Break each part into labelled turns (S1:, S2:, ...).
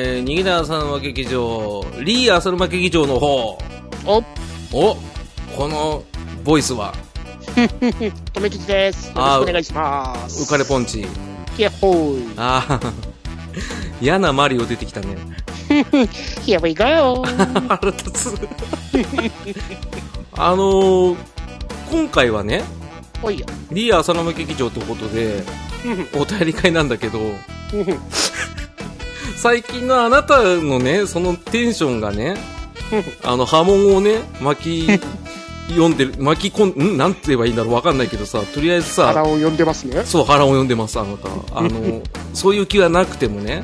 S1: 浅沼劇場リー浅沼劇場の方
S2: お、
S1: おこのボイスは
S2: とめきちです。よろ
S1: あー
S2: しくお願いします。
S1: 浮かれポンチ
S2: ヒヤッホー
S1: ああ嫌なマリオ出てきたね
S2: イ。ヒヤいがよ。
S1: 腹立つ あのー、今回はね
S2: おいよ。
S1: リー浅沼劇場ってことで
S2: ふんふん
S1: お便り会なんだけど
S2: ふんふん
S1: 最近のあなたのねそのテンションが ね
S2: ふんふん
S1: あの波紋をね巻き読んでる 巻き込んんなんて言えばいいんだろうわかんないけどさとりあえずさ
S2: 腹を呼んでますね。
S1: そう、腹を読んでます、あなた。あ の、そういう気はなくてもね、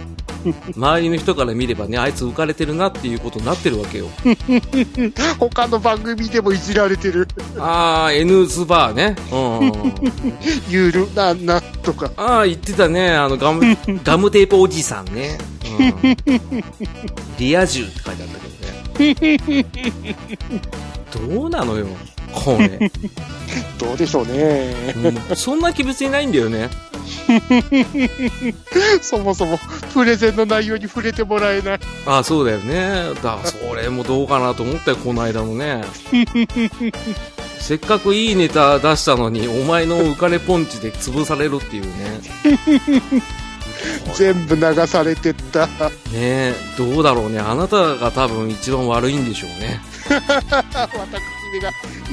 S1: 周りの人から見ればね、あいつ浮かれてるなっていうことになってるわけ よ。
S2: 他の番組でもいじられてる。
S1: あー、N ズバーね。うん。
S2: ゆる、な、なんとか。
S1: あー、言ってたね、あの、ガム、ガムテープおじさんね。うん。リア充って書いてあったけどね。どうなのよ、これ。
S2: どうでしょうね。
S1: うんそんな気別にないんだよね。
S2: そもそも、プレゼンの内容に触れてもらえない。
S1: あそうだよねだそれもどうかなと思ったよこの間のねせっかくいいネタ出したのにお前の浮かれポンチで潰されるっていうね
S2: 全部流されてった。
S1: ねえどうだろうねあなたが多分一番悪いんでしょうね
S2: 私めが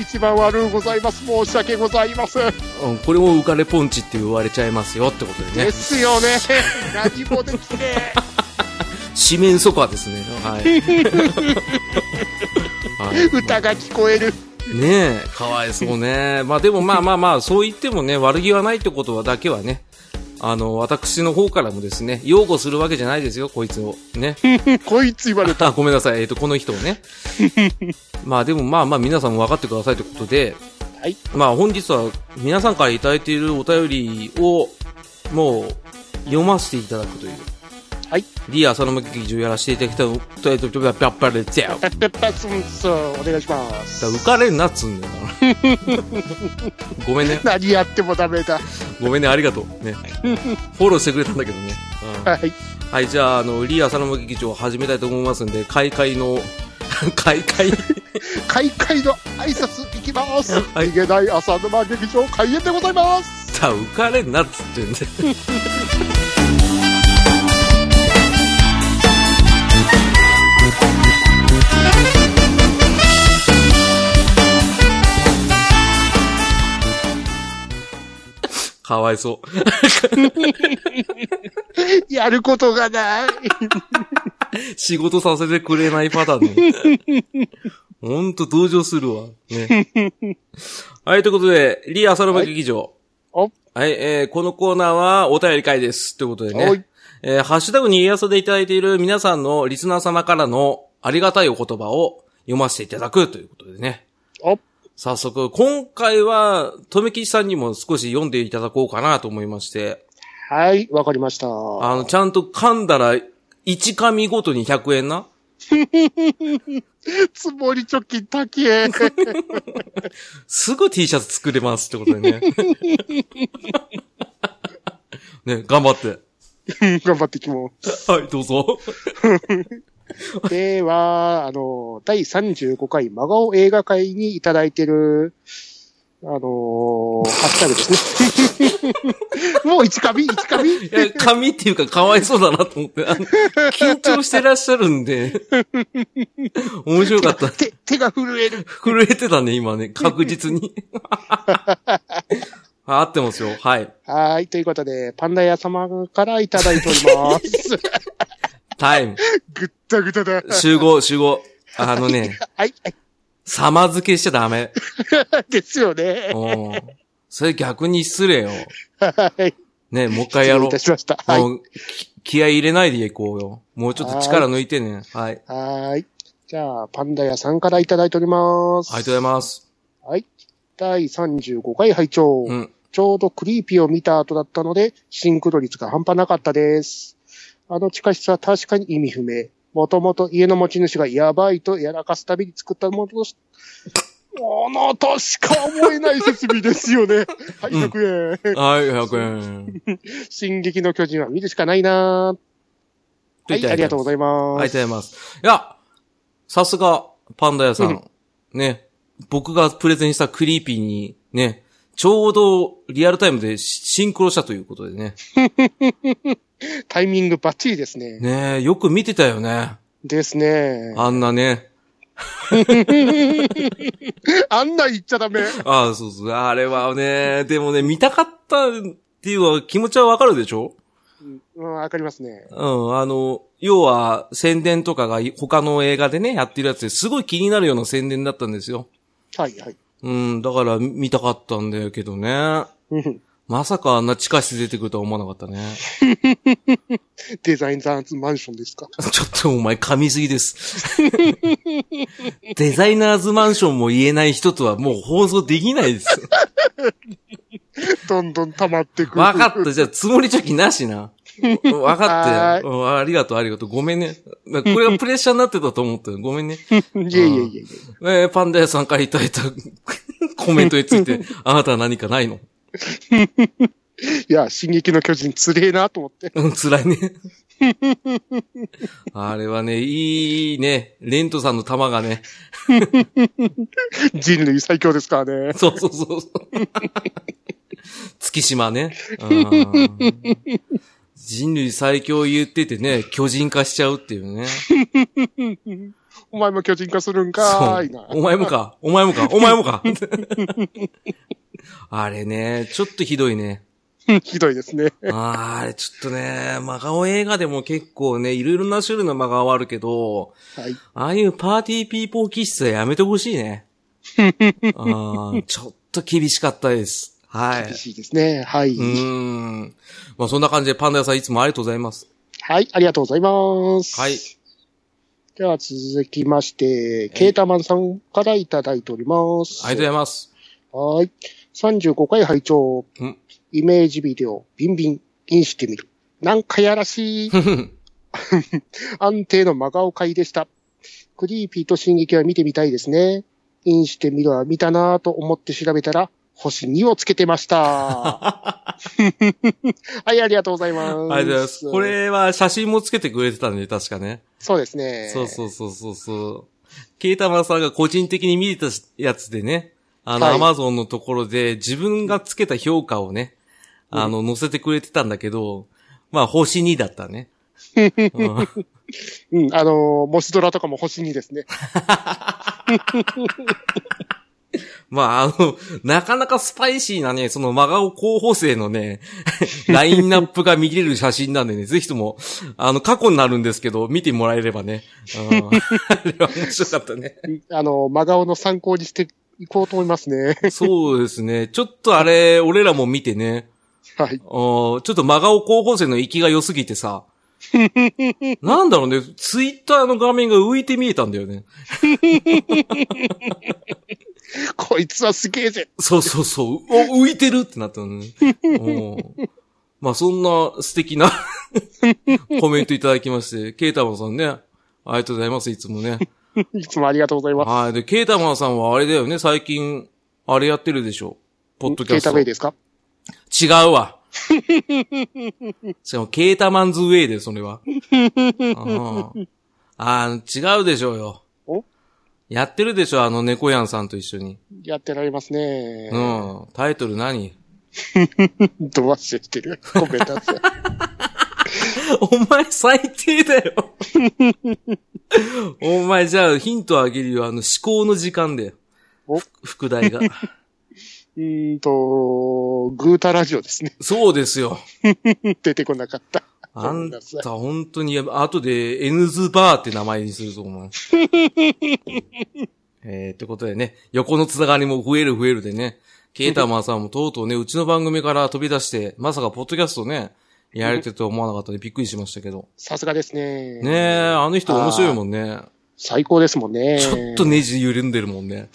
S2: 一番悪うございます。申し訳ございません。
S1: うんこれも浮かれポンチって言われちゃいますよってことで
S2: で
S1: ね
S2: すよね。何もできねえ。
S1: 四面楚歌ですねはい はい
S2: 歌が聞こえる。
S1: ねえ、かわいそうね。まあでもまあまあまあ、そう言ってもね、悪気はないってことはだけはね、あの、私の方からもですね、擁護するわけじゃないですよ、こいつを。ね。
S2: こいつ言われ た。
S1: あ、ごめんなさい、えっ、と、この人を ね。まあでもまあまあ、皆さんも分かってくださいということで、
S2: はい。
S1: まあ本日は皆さんからいただいているお便りを、もう、読ませていただくという。
S2: はい。
S1: リー・アサノム劇場やらせていただきたいと、とりあえず、ちょっとやっぱり、じゃあ
S2: ペッペッペッスンスお願いし
S1: だか
S2: ま
S1: ら浮
S2: す。
S1: かれんなっつうんだよな。ごめんね。
S2: 何やってもダメだ。
S1: ごめんね、ありがとう。ね。フォローしてくれたんだけどね。うん
S2: はい。
S1: はい、じゃあ、あの、リー・アサノム劇場を始めたいと思いますんで、開会の、開会、
S2: 開会の挨拶行きます。
S1: い
S2: い、逃げない浅沼劇場開演でございます。
S1: さあ、浮かれんなっつってんで。かわいそう。
S2: やることがない。
S1: 仕事させてくれないパターンね。ほんと同情するわ。ね。はい、ということで、リー・アサロバ劇場。
S2: お、
S1: はい、えー、このコーナーはお便り会です。ということで
S2: おい
S1: ね。えー、ハッシュタグに家康でいただいている皆さんのリスナー様からのありがたいお言葉を読ませていただくということでね。
S2: お、
S1: 早速、今回は、とめきちさんにも少し読んでいただこうかなと思いまして、
S2: はい、わかりました。
S1: あの、ちゃんと噛んだら、1紙ごとに100円な。
S2: つもり貯金高 え。
S1: すぐ T シャツ作れますってことでね。ね、頑張って。
S2: 頑張っていきま
S1: はい、どうぞ。
S2: す。では、あの、第35回真顔映画会にいただいてる、あのハッシュタグです ね。もう一紙一紙
S1: いや、紙っていうかかわいそうだなと思って。あの緊張してらっしゃるん で。面白かった。
S2: 手、手が震える。
S1: 震えてたね、今ね。確実に。 あ合ってますよ。はい。
S2: はい、ということで、パンダ屋様からいただいており ます。
S1: タイム。
S2: ぐったぐただ。
S1: 集合、集合。あのね、
S2: はい、はい
S1: 様付けしちゃダメ。
S2: ですよね。
S1: うん。それ逆に失礼よ。
S2: はい。
S1: ね、もう一回やろ
S2: 失礼
S1: う。
S2: いたしました。はい。
S1: もう、き気合い入れないでいこうよ。もうちょっと力抜いてね。はい。あり
S2: はい。じゃあ、パンダ屋さんからいただいております。
S1: がとうございます。
S2: はい。第35回拝聴、
S1: うん。
S2: ちょうどクリーピーを見た後だったので、シンクロ率が半端なかったです。あの地下室は確かに意味不明。もともと家の持ち主がやばいとやらかすたびに作ったものとし、ものとしか思えない設備ですよ ね。はい、
S1: うん
S2: 100円。
S1: はい、100円。
S2: 進撃の巨人は見るしかないなぁはい、ありがとうございます。
S1: ありがとうございます。いや、さすが、パンダ屋さん。ね、僕がプレゼンしたクリーピーに、ね、ちょうどリアルタイムでシンクロしたということでね。
S2: タイミングバッチリですね。
S1: ねよく見てたよね。
S2: ですね。
S1: あんなね。
S2: あんな言っちゃダメ。
S1: ああ、そうそう。あれはね、でもね、見たかったっていうのは気持ちはわかるでしょ
S2: うん、わかりますね。
S1: うん、あの、要は宣伝とかが他の映画でね、やってるやつですごい気になるような宣伝だったんですよ。
S2: はいはい。
S1: うん、だから見たかったんだけどね。まさかあんな地下室出てくるとは思わなかったね。
S2: デザインザーズマンションですか
S1: ちょっとお前噛みすぎです。 デザイナーズマンションも言えない人とはもう放送できないです。
S2: どんどん溜まってくる。
S1: わ かった。じゃあ、つもりチョキなしな。わかってよ。ありがとう、ありがとう。ごめんね。これがプレッシャーになってたと思ったよ。ごめんね。
S2: いえいえいえ。
S1: えー、パンダ屋さんからいただいた コメントについて、あなたは何かないの
S2: いや、進撃の巨人つれえなと思って。
S1: うん、辛いね。あれはね、いいね。レントさんの玉がね。
S2: 人類最強ですからね。
S1: そうそうそうそう。月島ね。人類最強言っててね、巨人化しちゃうっていうね。
S2: お前も巨人化するんかーいな。
S1: お前もか、お前もか、お前もか。あれね、ちょっとひどいね。
S2: ひどいですね。
S1: ああれ、ちょっとね、真顔映画でも結構ね、いろいろな種類の真顔あるけど、
S2: はい、
S1: ああいうパーティーピーポー気質はやめてほしいねあ。ちょっと厳しかったです。はい。
S2: 厳しいですね。はい。
S1: うん。まあそんな感じでパンダ屋さんいつもありがとうございます。
S2: はい、ありがとうございます。
S1: はい。
S2: では続きまして、ケータマンさんからいただいております。
S1: ありがとうございます。
S2: はい。35回拝聴。イメージビデオ、ビンビン、インしてみる。なんかやらしい。安定の真顔会でした。クリーピーと進撃は見てみたいですね。インしてみるは見たなぁと思って調べたら、星2をつけてました。 はい、ありがとうございます。
S1: ありがとうございます。これは写真もつけてくれてたんで、確かね。
S2: そうですね。
S1: そうそうそうそうそう。ケータマさんが個人的に見てたやつでね、あの、アマゾンのところで自分がつけた評価をね、あの、載せてくれてたんだけど、まあ、星2だったね。
S2: うん、あのー、モスドラとかも星2ですね。
S1: まあ、あの、なかなかスパイシーなね、その真顔候補生のね、 ラインナップが見れる写真なんでね、ぜひとも、あの、過去になるんですけど、見てもらえればね。うん、あれは面白かったね。
S2: あの、真顔の参考にしていこうと思いますね。
S1: そうですね。ちょっとあれ、俺らも見てね。
S2: はい。ち
S1: ょっと真顔候補生の息が良すぎてさ。なんだろうね、ツイッターの画面が浮いて見えたんだよね。
S2: こいつはすげえぜ。
S1: そうそうそう。お、浮いてるってなったのね。まあそんな素敵な コメントいただきまして、ケータマンさんね、ありがとうございます、いつもね。
S2: いつもありがとうございます。
S1: はい。で、ケータマンさんはあれだよね、最近、あれやってるでしょ。ポッドキャスト。ケータ
S2: ウェイですか
S1: 違うわ。しかも、ケータマンズウェイで、それは。ああ、違うでしょうよ。やってるでしょ、あの猫やんさんと一緒に。
S2: やってられますね。
S1: うん。タイトル何
S2: ど忘れてる。ごめんなさい。
S1: お前最低だよ お前じゃあヒントあげるよ。あの思考の時間で。
S2: お
S1: 副題 が。
S2: うんと、グータラジオですね。
S1: そうですよ。
S2: 出てこなかった。
S1: あんた、本当に、後で、N ズバーって名前にすると 思う。えー、ってことでね、横のつながりも増える増えるでね、ケータマンさんもとうとうね、うちの番組から飛び出して、まさかポッドキャストね、やれてると思わなかったんでびっくりしましたけど。
S2: さすがですね。
S1: ねえ、あの人面白いもんね。
S2: 最高ですもんね。
S1: ちょっとネジ緩んでるもんね。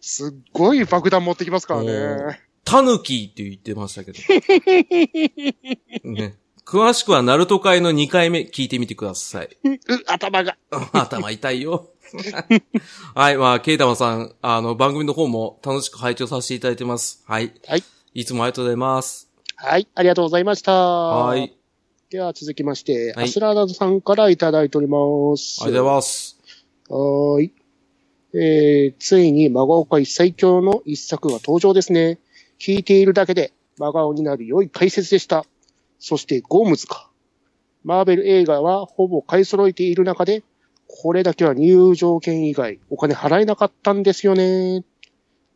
S2: すっごい爆弾持ってきますからね。
S1: タヌキって言ってましたけど。 ね。詳しくはナルト会の2回目聞いてみてください。
S2: 頭が。
S1: 頭痛い よ。はい、まあ、ケイタマさん、あの、番組の方も楽しく拝聴させていただいてます。はい。
S2: はい。
S1: いつもありがとうございます。
S2: はい、ありがとうございました。
S1: はい。
S2: では続きまして、
S1: はい
S2: アスラーダさんからいただいております。
S1: ありがとうございます。
S2: はーい。えー、ついに真顔界最強の一作が登場ですね。聞いているだけで真顔になる良い解説でした。そしてゴームズか。マーベル映画はほぼ買い揃えている中で、これだけは入場券以外お金払えなかったんですよね。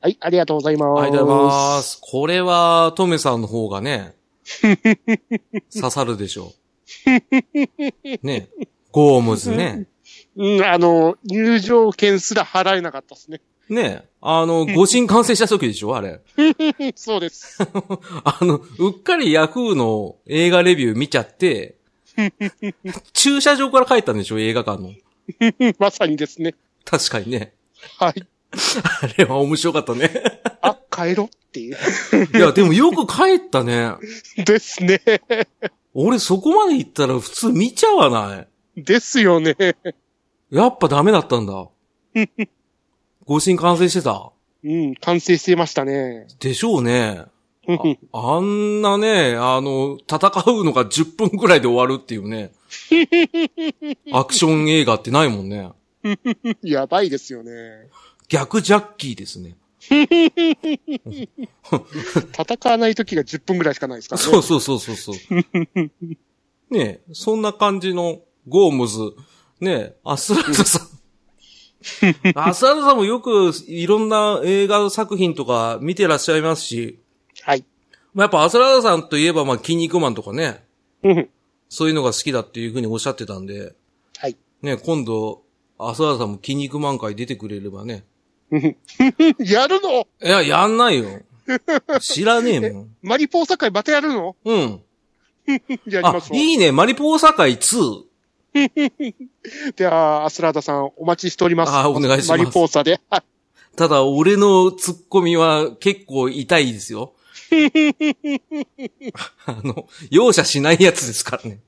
S2: はい、ありがとうございます。
S1: ありがとうございます。これは、トメさんの方が ね、刺さるでしょう。ね。ゴームズ ね。
S2: うん、あの、入場券すら払えなかったですね。
S1: ね。あの、誤信完成した時でしょあれ。
S2: そうです。
S1: あの、うっかりヤフーの映画レビュー見ちゃって、駐車場から帰ったんでしょ映画館の。
S2: まさにですね。
S1: 確かにね。
S2: はい。
S1: あれは面白かったね。
S2: あ、帰ろっていう。
S1: いや、でもよく帰ったね。
S2: ですね。
S1: 俺そこまで行ったら普通見ちゃわない。
S2: ですよね。
S1: やっぱダメだったんだ。誤信完成してた。
S2: うん、完成してましたね。
S1: でしょうね。
S2: うんうん
S1: あんなね、あの、戦うのが10分くらいで終わるっていうね。アクション映画ってないもんね。
S2: やばいですよね。
S1: 逆ジャッキーですね。
S2: 戦わない時が10分ぐらいしかないですからね。
S1: そうそうそうそう そう。ねえ、そんな感じのゴームズ。ねえ、アスラルさん。 アスラルさんもよくいろんな映画作品とか見てらっしゃいますし、
S2: はい。
S1: まあやっぱアスラルさんといえばまあ筋肉マンとかね、
S2: うんうん
S1: そういうのが好きだっていうふうにおっしゃってたんで、
S2: はい。
S1: ね、今度、浅田さんも筋肉満開出てくれればね。
S2: やるの
S1: いや、やんない よ。知らねえもん。
S2: マリポーサ会またやるの
S1: うん。
S2: やりま
S1: あ、
S2: しょう。
S1: いいね。マリポーサ会2。
S2: では、アスラーダさん、お待ちしております。
S1: あお願いします
S2: マリポーサで。 はい
S1: ただ、俺のツッコミは結構痛いですよ。あの、容赦しないやつですからね。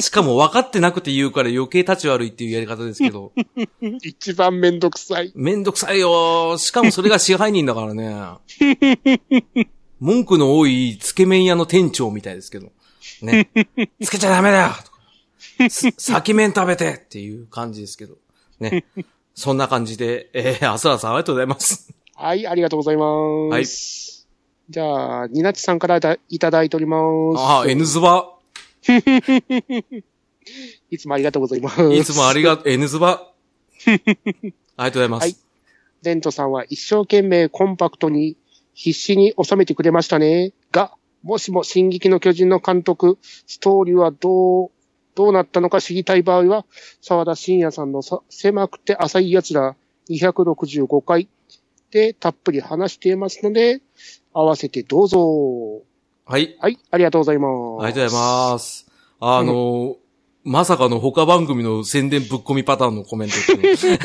S1: しかも分かってなくて言うから余計立ち悪いっていうやり方ですけど。
S2: 一番めんどくさい。
S1: めんどくさいよー。しかもそれが支配人だからね。文句の多いつけ麺屋の店長みたいですけど。ね。つけちゃダメだよとかす先麺食べてっていう感じですけど。ね。そんな感じで、えー、浅田さんありがとうございます。
S2: はい、ありがとうございます。はい。じゃあ、ニナッチさんからだいただいております。
S1: ああ、N ズバ。
S2: いつもありがとうございます。
S1: いつもありがとう、N ズバ。ありがとうございます。
S2: はいレントさんは一生懸命コンパクトに必死に収めてくれましたね。が、もしも進撃の巨人の監督、ストーリーはどう、どうなったのか知りたい場合は、沢田信也さんのさ狭くて浅い奴ら265回でたっぷり話していますので、合わせてどうぞ。
S1: はい
S2: はい、ありがとうございます。
S1: ありがとうございます。あのーまさかの他番組の宣伝ぶっ込みパターンのコメントです ね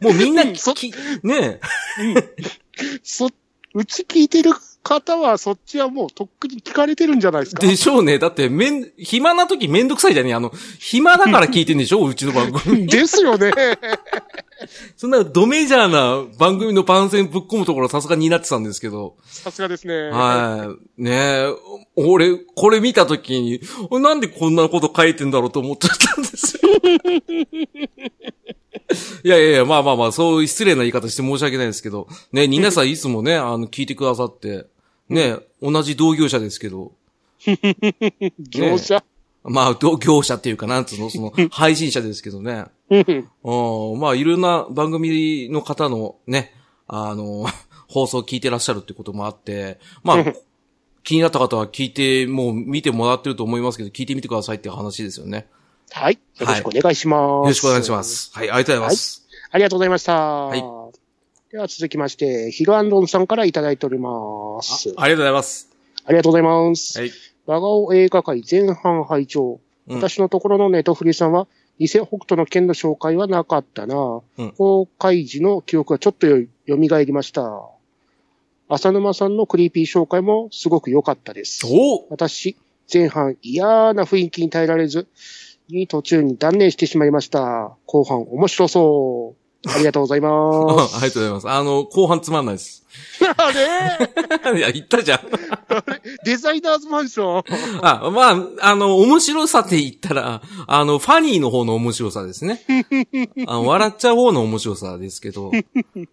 S1: もうみんな
S2: そ
S1: き、ねえ、
S2: す。そ、うち聞いてる方は、そっちはもうとっくに聞かれてるんじゃないですか。
S1: でしょうね。だって、めん、暇な時めんどくさいじゃねえ。あの、暇だから聞いてんでしょうちの番組。
S2: ですよね。
S1: そんなドメジャーな番組の番宣ぶっ込むところはさすがになってたんですけど。
S2: さすがですね。
S1: はい。ねえ、俺、これ見た時に、なんでこんなこと書いてんだろうと思っちゃったんですよ。いやいやいや、まあまあまあ、そう失礼な言い方して申し訳ないですけど、ね、皆さんいつもね、 あの、聞いてくださって、ね、同じ同業者ですけど、
S2: 業者。
S1: まあ、同業者っていうか、なんつうの、その、配信者ですけどね。
S2: うん
S1: うん、まあ、いろんな番組の方のね、あの、 放送を聞いてらっしゃるってこともあって、まあ、 気になった方は聞いて、もう見てもらってると思いますけど、聞いてみてくださいっていう話ですよね。
S2: はい。よろしくお願いします。。
S1: よろしくお願いしますす。はい、ありがとうございます。
S2: ありがとうございました。
S1: い
S2: では続きまして、ヒロアンドンさんからいただいております。あ
S1: ありがとうございます。
S2: りがとうございます。
S1: はい。
S2: 我が尾映画界前半拝聴。
S1: うん
S2: 私のところのネトフリさんは、偽北斗の剣の紹介はなかったな。
S1: うん
S2: 公開時の記憶がちょっとよ蘇りました。浅沼さんのクリーピー紹介もすごく良かったです。
S1: お
S2: 私、前半嫌な雰囲気に耐えられず、に途中に断念してしまいました。後半面白そう。ありがとうございま
S1: あ
S2: す。
S1: りがとうございます。あの、後半つまんないです。
S2: あれ
S1: いや、言ったじゃん。
S2: デザイナーズマンション。
S1: あ、まあ、あの、面白さって言ったら、あの、ファニーの方の面白さですね。あの笑っちゃう方の面白さですけど。はい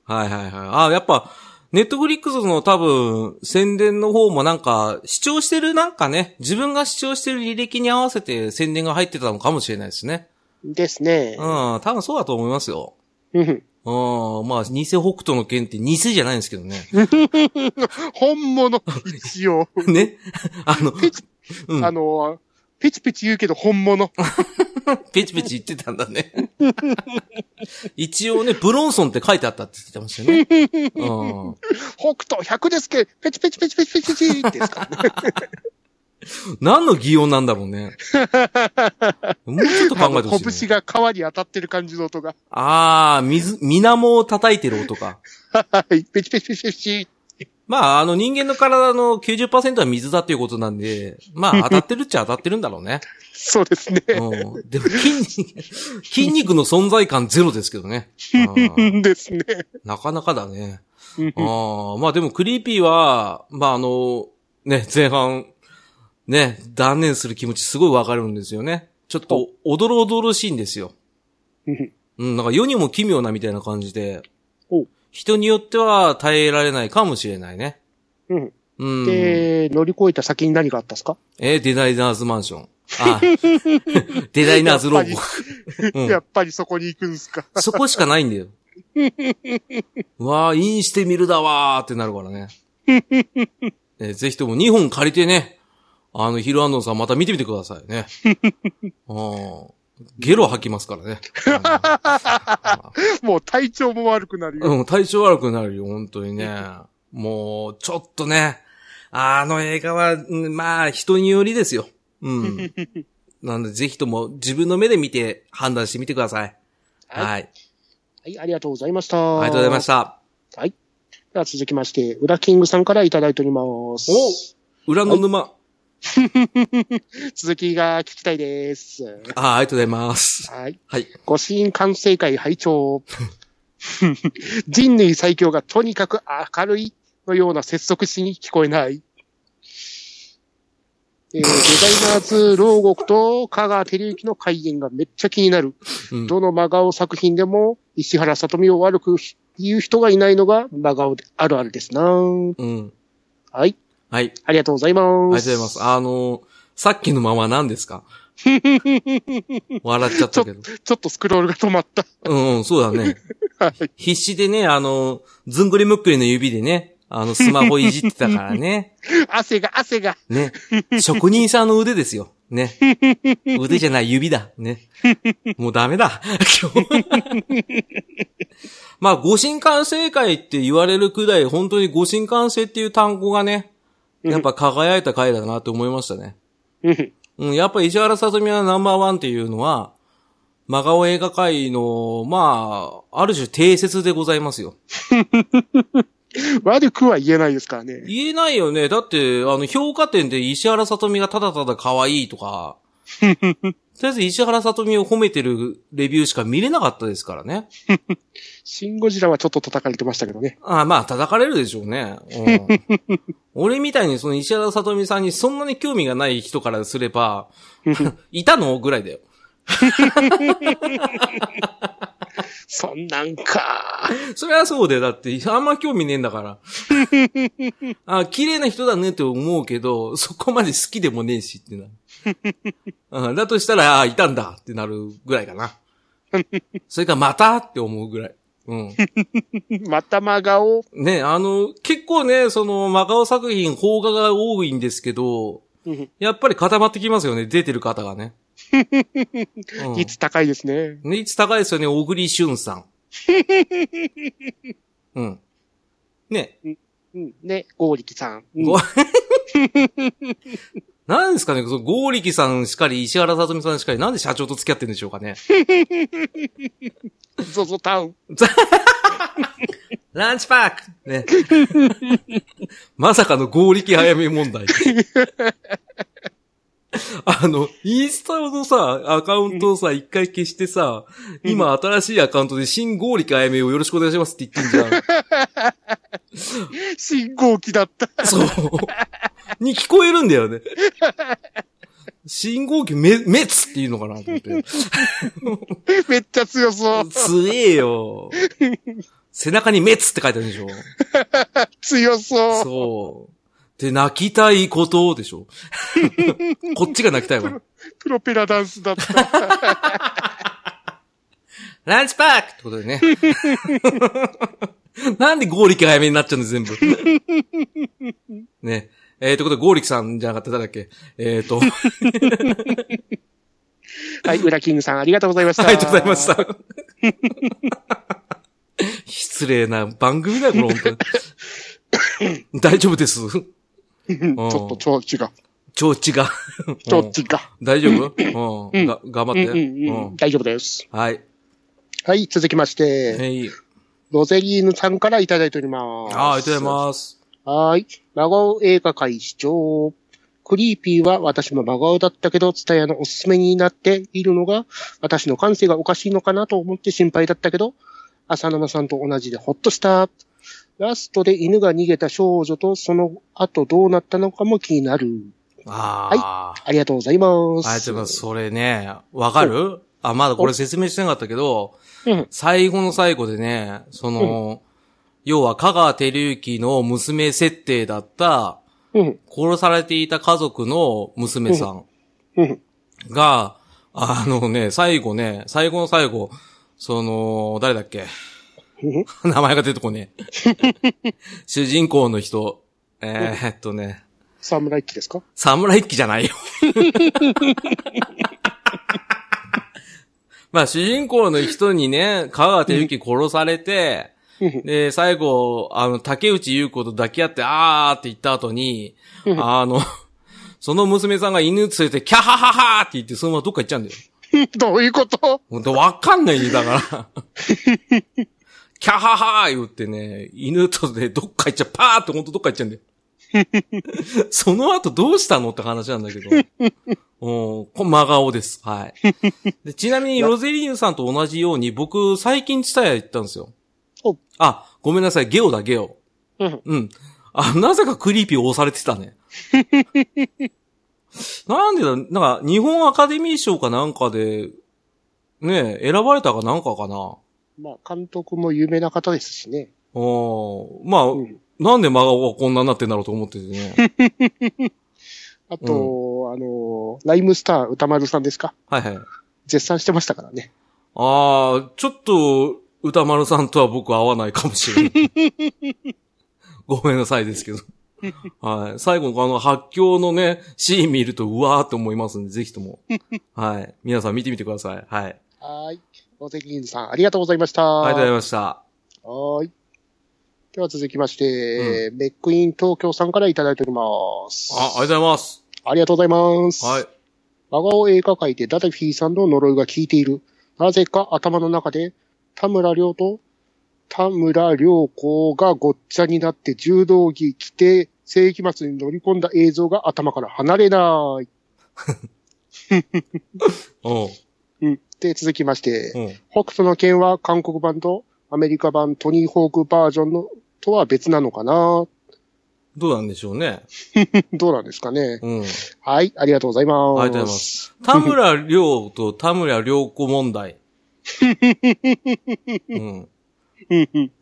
S1: はいはい。あ、やっぱ、ネットフリックスの多分、宣伝の方もなんか、視聴してるなんかね、自分が視聴してる履歴に合わせて宣伝が入ってたのかもしれないですね。
S2: ですね
S1: うん、。多分そうだと思いますよ。
S2: うん
S1: うん、まあ、偽北斗の剣って偽じゃないんですけどね。
S2: 本物、一応。
S1: ね。あの、うん
S2: あの、ピチピチ言うけど本物。
S1: ペチペチ言ってたんだね。 一応ね、ブロンソンって書いてあったって言ってましたよね。う
S2: 北斗100ですけど、ペチペチペチペチペチペチです からね。
S1: ん。何の擬音なんだろうね。もうちょっと考えてほしい、
S2: 拳
S1: ね。
S2: が川に当たってる感じの音が。
S1: ああ、水、水面を叩いてる音か。
S2: はい、ペチペチペチペチ。
S1: まあ、あの人間の体の90%は水だっていうことなんで、まあ当たってるっちゃ当たってるんだろうね。
S2: そうですね。
S1: うん。でも筋肉、筋肉の存在感ゼロですけどね。うん
S2: ですね。
S1: なかなかだね。
S2: うん
S1: ああ、まあでもクリーピーは、まああの、ね、前半、ね、断念する気持ちすごいわかるんですよね。ちょっと、おどろおどろしいんですよ。
S2: うん
S1: うん、なんか世にも奇妙なみたいな感じで
S2: お、
S1: 人によっては耐えられないかもしれないね。
S2: うん
S1: うん。
S2: で、乗り越えた先に何があったんですか
S1: えーデザイナーズマンション。 あデザイナーズロ
S2: やっ
S1: ゴ。うん
S2: やっぱりそこに行くんすか。
S1: そこしかないんだよ。わあ、インしてみるだわーってなるからね。えぜひとも2本借りてね、あの、ヒルアンドンさんまた見てみてくださいね。うんゲロ吐きますからね。
S2: もう体調も悪くなるよ。
S1: うん、体調悪くなるよ、本当にね。もう、ちょっとね、あの映画は、うんまあ、人によりですよ。うん。なんで、ぜひとも自分の目で見て判断してみてください。
S2: はい
S1: はい。
S2: はい、ありがとうございました。
S1: あ
S2: あ
S1: りがとうございました。
S2: た。はい。では続きまして、ウラキングさんからいただいております。
S1: 裏の沼。
S2: 続きが聞きたいです。
S1: あありがとうございます。
S2: はい。
S1: はい。
S2: ご支援完成会拝聴人類最強がとにかく明るいのような節足しに聞こえない。えーデザイナーズ牢獄と香川照之の開演がめっちゃ気になる。
S1: うん、
S2: どの真顔作品でも石原さとみを悪く言う人がいないのが真顔であるあるですな。は
S1: うん。
S2: い。
S1: はい。あり
S2: ありがとうございま
S1: がとうご
S2: す。
S1: ざいます。あのーさっきのまま何ですか笑っちゃったけど。
S2: ちょっとスクロールが止まった。
S1: うん、うん、そうだね。
S2: はい。
S1: 必死でね、あのーずんぐりむっくりの指でね、あの、スマホいじってたからね。
S2: 汗が、汗が。
S1: ね。職人さんの腕ですよ。ね。腕じゃない、指だ。ね。もうダメだ。 今日まあ、五神完成会って言われるくらい、本当に五神完成っていう単語がね、やっぱ輝いた回だなと思いましたね。
S2: うん
S1: うん、やっぱ石原さとみはナンバーワンっていうのは、真顔映画界の、まあ、ある種定説でございますよ。
S2: 悪くは言えないですからね。
S1: 言えないよね。だって、あの、評価点で石原さとみがただただ可愛いとか、とりあえず石原さとみを褒めてるレビューしか見れなかったですからね。
S2: シンゴジラはちょっと叩かれてましたけどね。
S1: ああまあ、叩かれるでしょうね。うん俺みたいにその石原さとみさんにそんなに興味がない人からすれば、いたのぐらいだよ。
S2: そんなんか。
S1: そりゃそうだよ。だって、あんま興味ねえんだから。あ、綺麗な人だねって思うけど、そこまで好きでもねえしってなる。あだとしたら、あいたんだってなるぐらいかな。それか、またって思うぐらい。うん。
S2: また真顔。
S1: ね、あの、結構ね、その、真顔作品、邦画が多いんですけど、
S2: うん
S1: やっぱり固まってきますよね、出てる方がね。うん
S2: 率高いですね。
S1: ね、率高いですよね、小栗旬さん。うん。ね、
S2: うん。ね、ゴーリキさん。うん
S1: ごなんですかね、その、ゴーリキさんしかり、石原さとみさんしかり、なんで社長と付き合ってるんでしょうかね。
S2: ゾゾタウン。
S1: ランチパークね。 まさかのゴーリキ早め問題。あの、インスタのさ、アカウントをさ、一回消してさ、
S2: うん
S1: 今新しいアカウントで新合理かあやめをよろしくお願いしますって言ってんじゃ
S2: 信号機だった。
S1: ん。そう。に聞こえるんだよ ね。信号機め、滅っていうのかなと思って。
S2: めっちゃ強そう。
S1: つえ よ。背中に滅って書いてあるでしょ。
S2: 強そう。
S1: そう。で、泣きたいことでし ょ。こっちが泣きたいわ。
S2: プロペラダンスだった。
S1: ランチパークってことでね。 なんでゴーリキ早めになっちゃうんです、全部。ね。えー、ということで、ゴーリキさんじゃなかった誰だっけえっ、 と、あ
S2: はい、ウラキングさんありがとうございました。
S1: りがとうございまし。た。失礼な番組だよ、これ、本 当に。大丈夫です。
S2: ちょっと調子が。
S1: 調子 が。
S2: 調子が。
S1: 大丈夫うん。が、頑張っ
S2: うん
S1: て。
S2: うんうん。大丈夫です。
S1: はい。
S2: はい、続きまして、
S1: はい。
S2: ロゼリーヌさんからいただいております。
S1: あー、ありがとうございます。
S2: はーい。真顔映画会視聴。クリーピーは私も真顔だったけど、ツタヤのおすすめになっているのが、私の感性がおかしいのかなと思って心配だったけど、浅沼さんと同じでほっとした。ラストで犬が逃げた少女とその後どうなったのかも気になる。
S1: ああ。
S2: ありがとうございます。
S1: あいつがそれね、わかるあ、まだこれ説明してなかったけど、
S2: うん。
S1: 最後の最後でね、その、要は香川照之の娘設定だった、
S2: うん。
S1: 殺されていた家族の娘さん
S2: うん。
S1: が、あのね、最後ね、最後の最後、その、誰だっけ名前が出てこねえ。 主人公の人、えー、っとね、
S2: 侍機ですか
S1: 侍一輝じゃない よ。まあ、主人公の人にね、香川照之殺されて、
S2: うん
S1: で、最後、あの、竹内優子と抱き合って、あーって言った後に、あの、その娘さんが犬連れて、キャハハハーって言って、そのままどっか行っちゃうんだよ。
S2: どういうこと
S1: ほんと、わかんないんだから。 キャハハー言ってね、犬とでどっか行っちゃう、パーってほんとどっか行っちゃうんだよ。その後どうしたのって話なんだけど。うん、こ真顔です。はい。でちなみに、ロゼリーヌさんと同じように、僕、最近ツタヤ行ったんですよ
S2: お。
S1: あ、ごめんなさい、ゲオだ、ゲオ。
S2: うん。
S1: うん。あ、なぜかクリーピーを押されてたね。 なんでだ、なんか、日本アカデミー賞かなんかで、ねえ、選ばれたかなんかかな。
S2: まあ、監督も有名な方ですしね。
S1: おまあ、
S2: うん
S1: なんで真顔がこんなになってんだろうと思ってて ね。
S2: あと、あの、ライムスター歌丸さんですか
S1: はいはい。
S2: 絶賛してましたからね。
S1: ああ、ちょっと、歌丸さんとは僕合わないかもしれない。 ごめんなさいですけど。はい。最後のあの、発狂のね、シーン見ると、うわーって思いますんで、ぜひとも。はい。皆さん見てみてください。はい。
S2: はーい。ロゼリーヌさん、ありがとうございました。
S1: ありがとうござい
S2: は
S1: ました。
S2: ーい。では続きまして、メックイン東京さんからいただいております。
S1: あ、ありがとうございます。
S2: ありがとうございます。
S1: はい。。
S2: 真顔映画界でダダフィーさんの呪いが効いている。なぜか頭の中で、田村亮と田村良子がごっちゃになって柔道着着て、世紀末に乗り込んだ映像が頭から離れない。
S1: おう
S2: うん。で、続きまして、
S1: おう
S2: 北斗の剣は韓国版とアメリカ版トニーホークバージョンのとは別なのかな
S1: どうなんでしょうね。
S2: どうなんですかね
S1: うん。
S2: はい、ありがとうございます。
S1: ありがとうございます。田村亮と田村良子問 題。うん。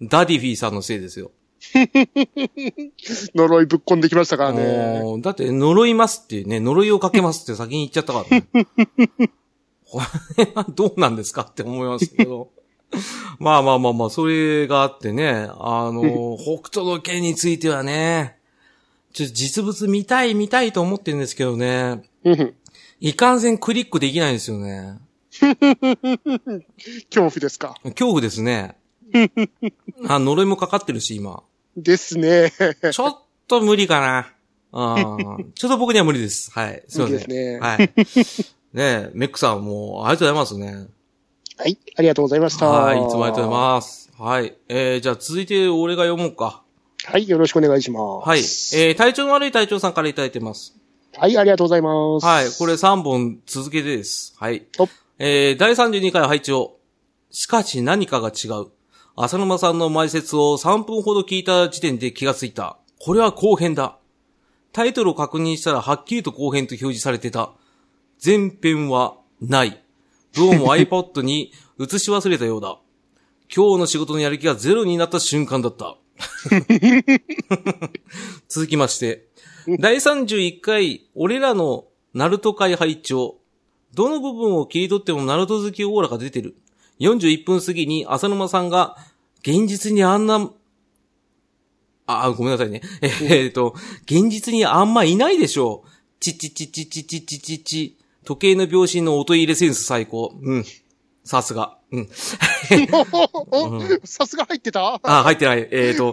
S1: ダディフィーさんのせいですよ。
S2: 呪いぶっこんできましたからね。
S1: もうだって、呪いますってね、呪いをかけますって先に言っちゃったからね。 これはどうなんですかって思いますけど。 まあまあまあまあ、それがあってね、あの、北斗の剣についてはね、ちょっと実物見たい見たいと思ってるんですけどね、
S2: うん
S1: いかんせんクリックできないんですよね。
S2: 恐怖ですか。
S1: 恐怖ですね。あ、呪いもかかってるし、今。
S2: ですね。
S1: ちょっと無理かな。あ ーちょっと僕には無理です。はい。すいません。
S2: 無理ですね
S1: はい。ねえ、メックさんもありがとうございますね。
S2: はい、ありがとうございました。
S1: はい。いつもありがとうございます。はい。えー、じゃあ続いて俺が読もうか。
S2: はい、よろしくお願いします。
S1: はい。えー、体調の悪い隊長さんからいただいてます。
S2: はい、ありがとうございます。
S1: はい、これ3本続けてです。はい
S2: お。
S1: えー、第32回配置を。しかし何かが違う。浅沼さんの前説を3分ほど聞いた時点で気がついた。これは後編だ。タイトルを確認したらはっきりと後編と表示されてた。前編はない。どうも iPod に映し忘れたようだ。今日の仕事のやる気がゼロになった瞬間だ った。続きまして。第31回、俺らのナルト会拝聴どの部分を切り取ってもナルト好きオーラが出てる。41分過ぎに浅沼さんが、現実にあんな、あ、ごめんなさいね。 えーっと、現実にあんまいないでしょう。ちちちちちちちちち。時計の秒針の音入れセンス最高。うん。さすが。うん。
S2: お さすが入ってた
S1: あ、入ってない。えっ、と、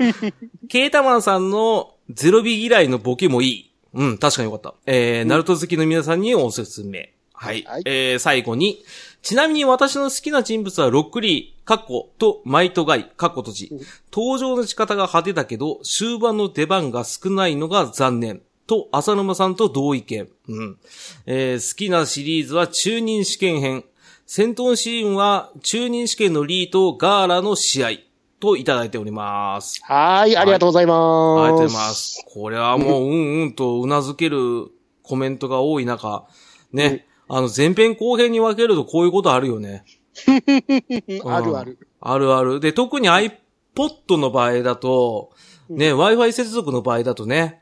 S1: ケータマンさんのゼロビ嫌いのボケもいい。うん、確かによかった。えー、ナルト好きの皆さんにおすすめ。はい。
S2: はい
S1: えー、最後に、ちなみに私の好きな人物はロックリー、カッコとマイトガイ、カッコ閉じ。登場の仕方が派手だけど、終盤の出番が少ないのが残念。と、浅沼さんと同意見。うん。えー好きなシリーズは中任試験編。戦闘シーンは中任試験のリーとガーラの試合。といただいております。
S2: はい、ありがとうございます。
S1: ありがとうございま。す。これはもう、うんうんと頷けるコメントが多い中、ね、あの、前編後編に分けるとこういうことあるよね。
S2: あるある。
S1: あるある。で、特に iPod の場合だと、ね、Wi-Fi 接続の場合だとね、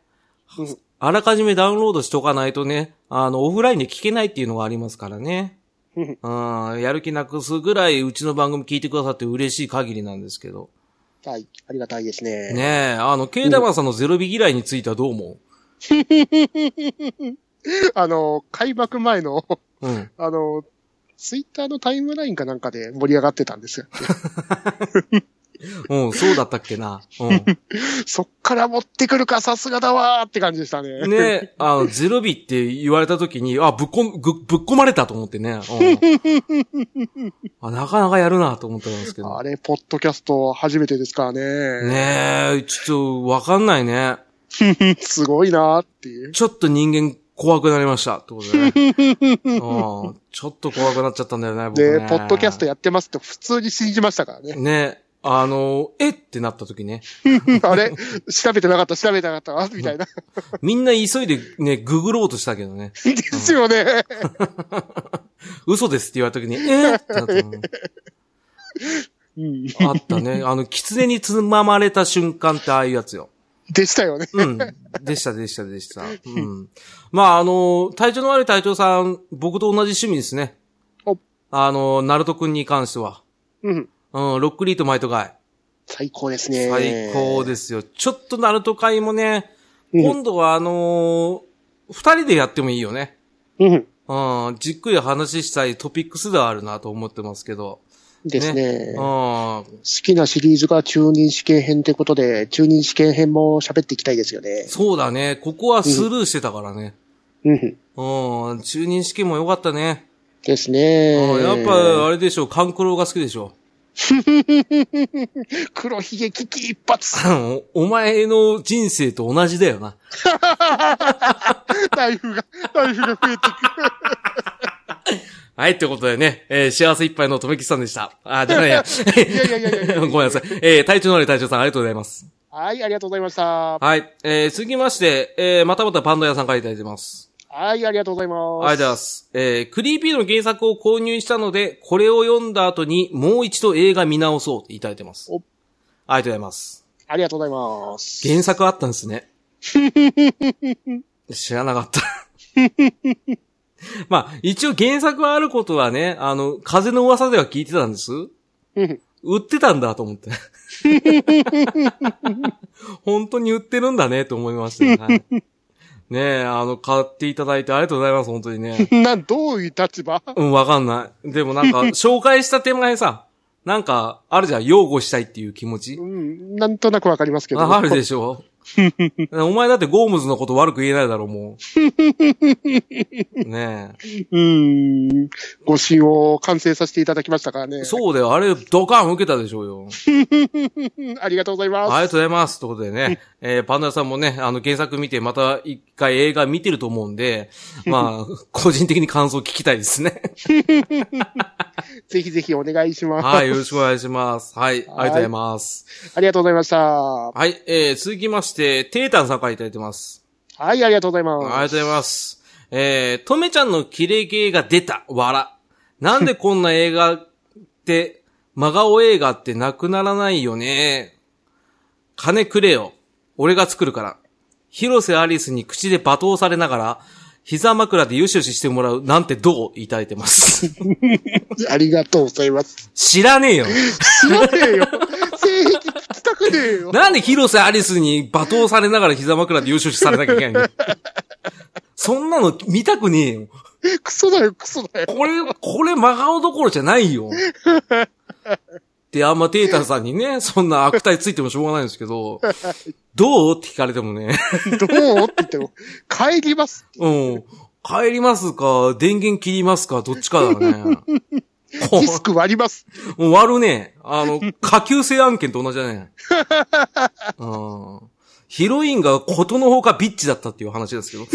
S2: うん
S1: あらかじめダウンロードしとかないとね、あの、オフラインで聞けないっていうのがありますからね。
S2: うん
S1: うん、やる気なくすぐらい、うちの番組聞いてくださって嬉しい限りなんですけど。
S2: はい、ありがたいですね。
S1: ねえ、あの、ケイダマンさんのゼロ日嫌いについてはどう思
S2: あの、開幕前の、
S1: ううん。
S2: あの、ツイッターのタイムラインかなんかで盛り上がってたんで すよ。
S1: うん、そうだったっけな。う
S2: そっから持ってくるか、さすがだわーって感じでしたね。
S1: ん。ねえ、あの、ゼロ日って言われた時に、あ、ぶっこん、ぐぶっ込まれたと思ってね。うん。あ、なかなかやるなと思ったんですけど。
S2: あれ、ポッドキャスト初めてですからね。
S1: ねえ、ちょっとわかんないね。
S2: すごいなーっていう。
S1: ちょっと人間怖くなりました。ってことでね。うん。ちょっと怖くなっちゃったんだよね、僕
S2: で、
S1: ね。
S2: ポッドキャストやってますって普通に信じましたから ね。
S1: ねえ、あの、えってなった時ね。
S2: あれ調べてなかった、調べてなかった、みたいな。
S1: みんな急いでね、ググろうとしたけどね。
S2: ですよね。
S1: 嘘ですって言われた時に、えってなったの。
S2: うん
S1: あったね。あの、狐につままれた瞬間ってああいうやつよ。
S2: でしたよね。
S1: うん。でした、でした、でした。うん。まあ、あの、体調の悪い隊長さん、僕と同じ趣味ですね
S2: お。
S1: あの、ナルト君に関しては。
S2: うん。
S1: うん、ロックリーとマイトガイ。
S2: 最高ですね。
S1: 最高ですよ。ちょっとナルト会もね、
S2: うん
S1: 今度はあのー二人でやってもいいよね。
S2: うん。
S1: うん、じっくり話したいトピックスではあるなと思ってますけど。
S2: ですね。
S1: うん。
S2: 好
S1: そ
S2: きなシリーズが中任試験編ってことで、中任試験編も喋っていきたいですよね。
S1: うだね。ここはスルーしてたからね。
S2: うん。
S1: うん、中任試験も良かったね。
S2: です
S1: う
S2: ね。
S1: んやっぱ、あれでしょ、カンクロが好きでしょ。
S2: 黒ひげ危機一 発。
S1: おお前の人生と同じだよな。
S2: ナイフが、ナイフが増えていく。
S1: はい、ってことでね、えー幸せいっぱいのとめきさんでした。あ、じゃないや。
S2: いやいやいやいやいや
S1: ごめんなさい。えー、体調の悪い体調さん、ありがとうございます。
S2: はい、ありがとうございました。
S1: はい、えー、続きまして、えー、またまたパンダ屋さんからいただいてます。
S2: はい、ありがとうございます。
S1: ありがとうございます。えー、クリーピーの原作を購入したので、これを読んだ後にもう一度映画見直そうっていただいてます。
S2: お
S1: ありがとうございます。
S2: ありがとうございます。
S1: 原作あったんです ね。知らなかった。 まあ、一応原作はあることはね、あの、風の噂では聞いてたんです。
S2: うん
S1: 売ってたんだと思 って。本当に売ってるんだねと思いましたよ、はいねえ、あの、買っていただいてありがとうございます、本当にね。
S2: なん、どういう立場
S1: うん、わかんない。でも なんか、紹介した手前さ、なんか、あるじゃん、擁護したいっていう気持ち
S2: う。ん、なんとなくわかりますけど。
S1: あ、あるでし ょお前だってゴームズのこと悪く言えないだろ、も う。ね
S2: うん、ご支援を完成させていただきましたからね。
S1: え。そうだよ、あれ、ドカン受けたでしょうよ。
S2: うん。ありがとうございます。
S1: ありがとうございます。ということでね、えーパンダさんもね、あの原作見てまた一回映画見てると思うんで、ま あ、個人的に感想聞きたいですね。
S2: ぜひぜひお願いします。
S1: はい、よろしくお願いします。はい、ありがとうございます。
S2: ありがとうございました。は
S1: はい、えー、続きまして、テータンさんからいただいてます。
S2: い、ありがとうござ
S1: あ
S2: い
S1: り
S2: ます。
S1: がとうございます。えー、とめちゃんのキレゲーが出た、わら。なんでこんな映画って、真顔映画ってなくならないよね。金くれよ。俺が作るから。広瀬アリスに口で罵倒されながら、膝枕でよしよししてもらうなんてどういただいてます。
S2: ありがとうございます。
S1: 知らねえよ。
S2: 知らねえよ。 性癖聞きたくねえよ。
S1: なんで広瀬アリスに罵倒されながら膝枕で優勝されなきゃいけないのそんなの見たくねえよ。
S2: クソだよ、クソだよ。
S1: これ、これ真顔どころじゃないよ。で、あんまテータさんにね、そんな悪態ついてもしょうがないんですけど、どうって聞かれてもね、
S2: どうって言っても、帰ります。
S1: うん。帰りますか、電源切りますか、どっちかだね。こ
S2: リスク割ります。
S1: もう割るね。あの、下級生案件と同じだね。うん。ヒロインがことのほかビッチだったっていう話ですけど。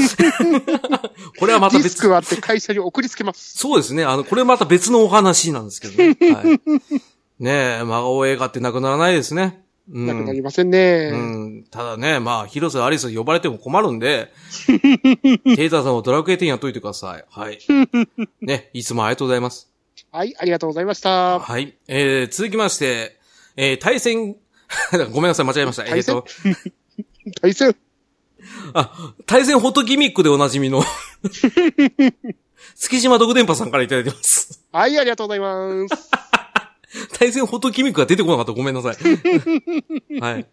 S1: これはまた
S2: リス
S1: 別
S2: ク、割って会社に送りつけます。
S1: そうですね。あの、これまた別のお話なんですけどね。はい、ねえ、真顔映画ってなくならないですね。う
S2: なくなり
S1: ん。
S2: ませんね。
S1: うん、ただね、まあ、広瀬アリス呼ばれても困るん で、テイターさんをドラクエ10やっといてください。はい。ね、いつもありがとうございます。
S2: はい、ありがとうございました。
S1: はい。えー、続きまして、えー、対戦、 ごめんなさい、間違えました。え
S2: 対
S1: ー、
S2: 戦
S1: と、
S2: 対戦。
S1: あ、対戦フォトギミックでおなじ みの、月島独電波さんからいただいてます。
S2: はい、ありがとうございます。
S1: 対戦フォトギミックが出てこなかった。ごめんなさい。はい。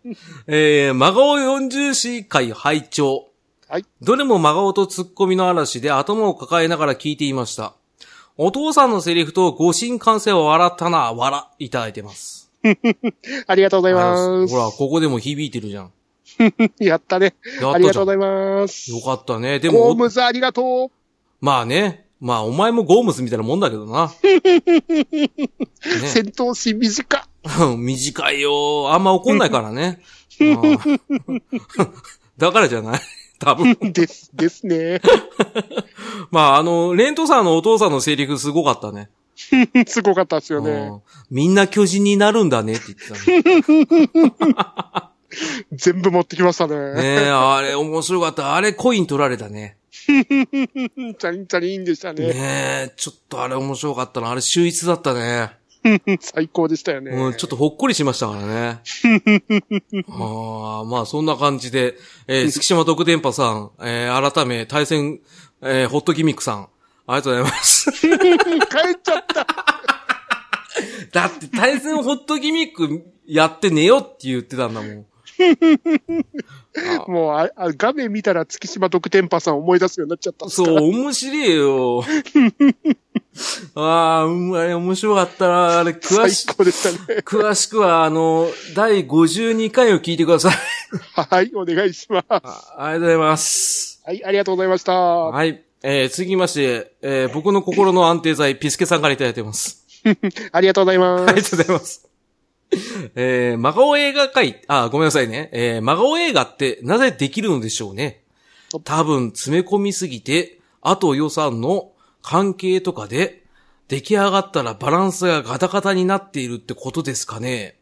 S1: えー、真顔40四回拝聴
S2: はい。
S1: どれも真顔とツッコミの嵐で頭を抱えながら聞いていました。お父さんのセリフとご新感性を笑ったな、笑、いただいてます。
S2: ありがとうございま
S1: ほら、ここでも響いてるじゃん。
S2: す。やったね。
S1: や
S2: あ
S1: った
S2: り
S1: じゃん
S2: がとうございます。
S1: よかったね。で
S2: ゴー
S1: も、
S2: ムズありがとう。
S1: まあね。まあ、お前もゴームスみたいなもんだけどな。
S2: 戦闘シーン短。
S1: 短いよ。あんま怒んないからね。うんだからじゃない。多分。
S2: です、です ね。
S1: まあ、あの、レントさんのお父さんのセリフすごかったね。
S2: すごかったですよ
S1: う
S2: ね。
S1: んみんな巨人になるんだねって言ってたね。
S2: 全部持ってきましたね。
S1: ねえ、あれ面白かった。あれコイン取られたね。
S2: チャリンチャリンでしたね。
S1: ねえ、ちょっとあれ面白かったな。あれ秀逸だったね。
S2: 最高でしたよね。
S1: うん、ちょっとほっこりしましたからね。ああ、まあそんな感じで、えー、月島徳電波さん、えー、改め、対戦、えー、ホットギミックさん、ありがとうございます。
S2: 帰っちゃった。
S1: だって対戦ホットギミックやって寝よって言ってたんだもん。
S2: もうあ、あ画面見たら月島独天パさん思い出すようになっちゃった。
S1: そう、面白いよ。 ああ、うん、あれ面白かったな。あれ、詳
S2: 最
S1: し、
S2: 高でしたね。
S1: 詳しくは、あの、第52回を聞いてください。
S2: はい、お願いします。は
S1: あありがとうございます。
S2: い、ありがとうございました。は
S1: はい。えー、続きまして、えー、僕の心の安定剤、ピスケさんからいただいてます。
S2: ありがとうございま
S1: あり
S2: す。
S1: がとうございます。えー、真顔映画界、あ、ごめんなさいね。えー、真顔映画ってなぜできるのでしょうね。多分詰め込みすぎて、あと予算の関係とかで、出来上がったらバランスがガタガタになっているってことですかね。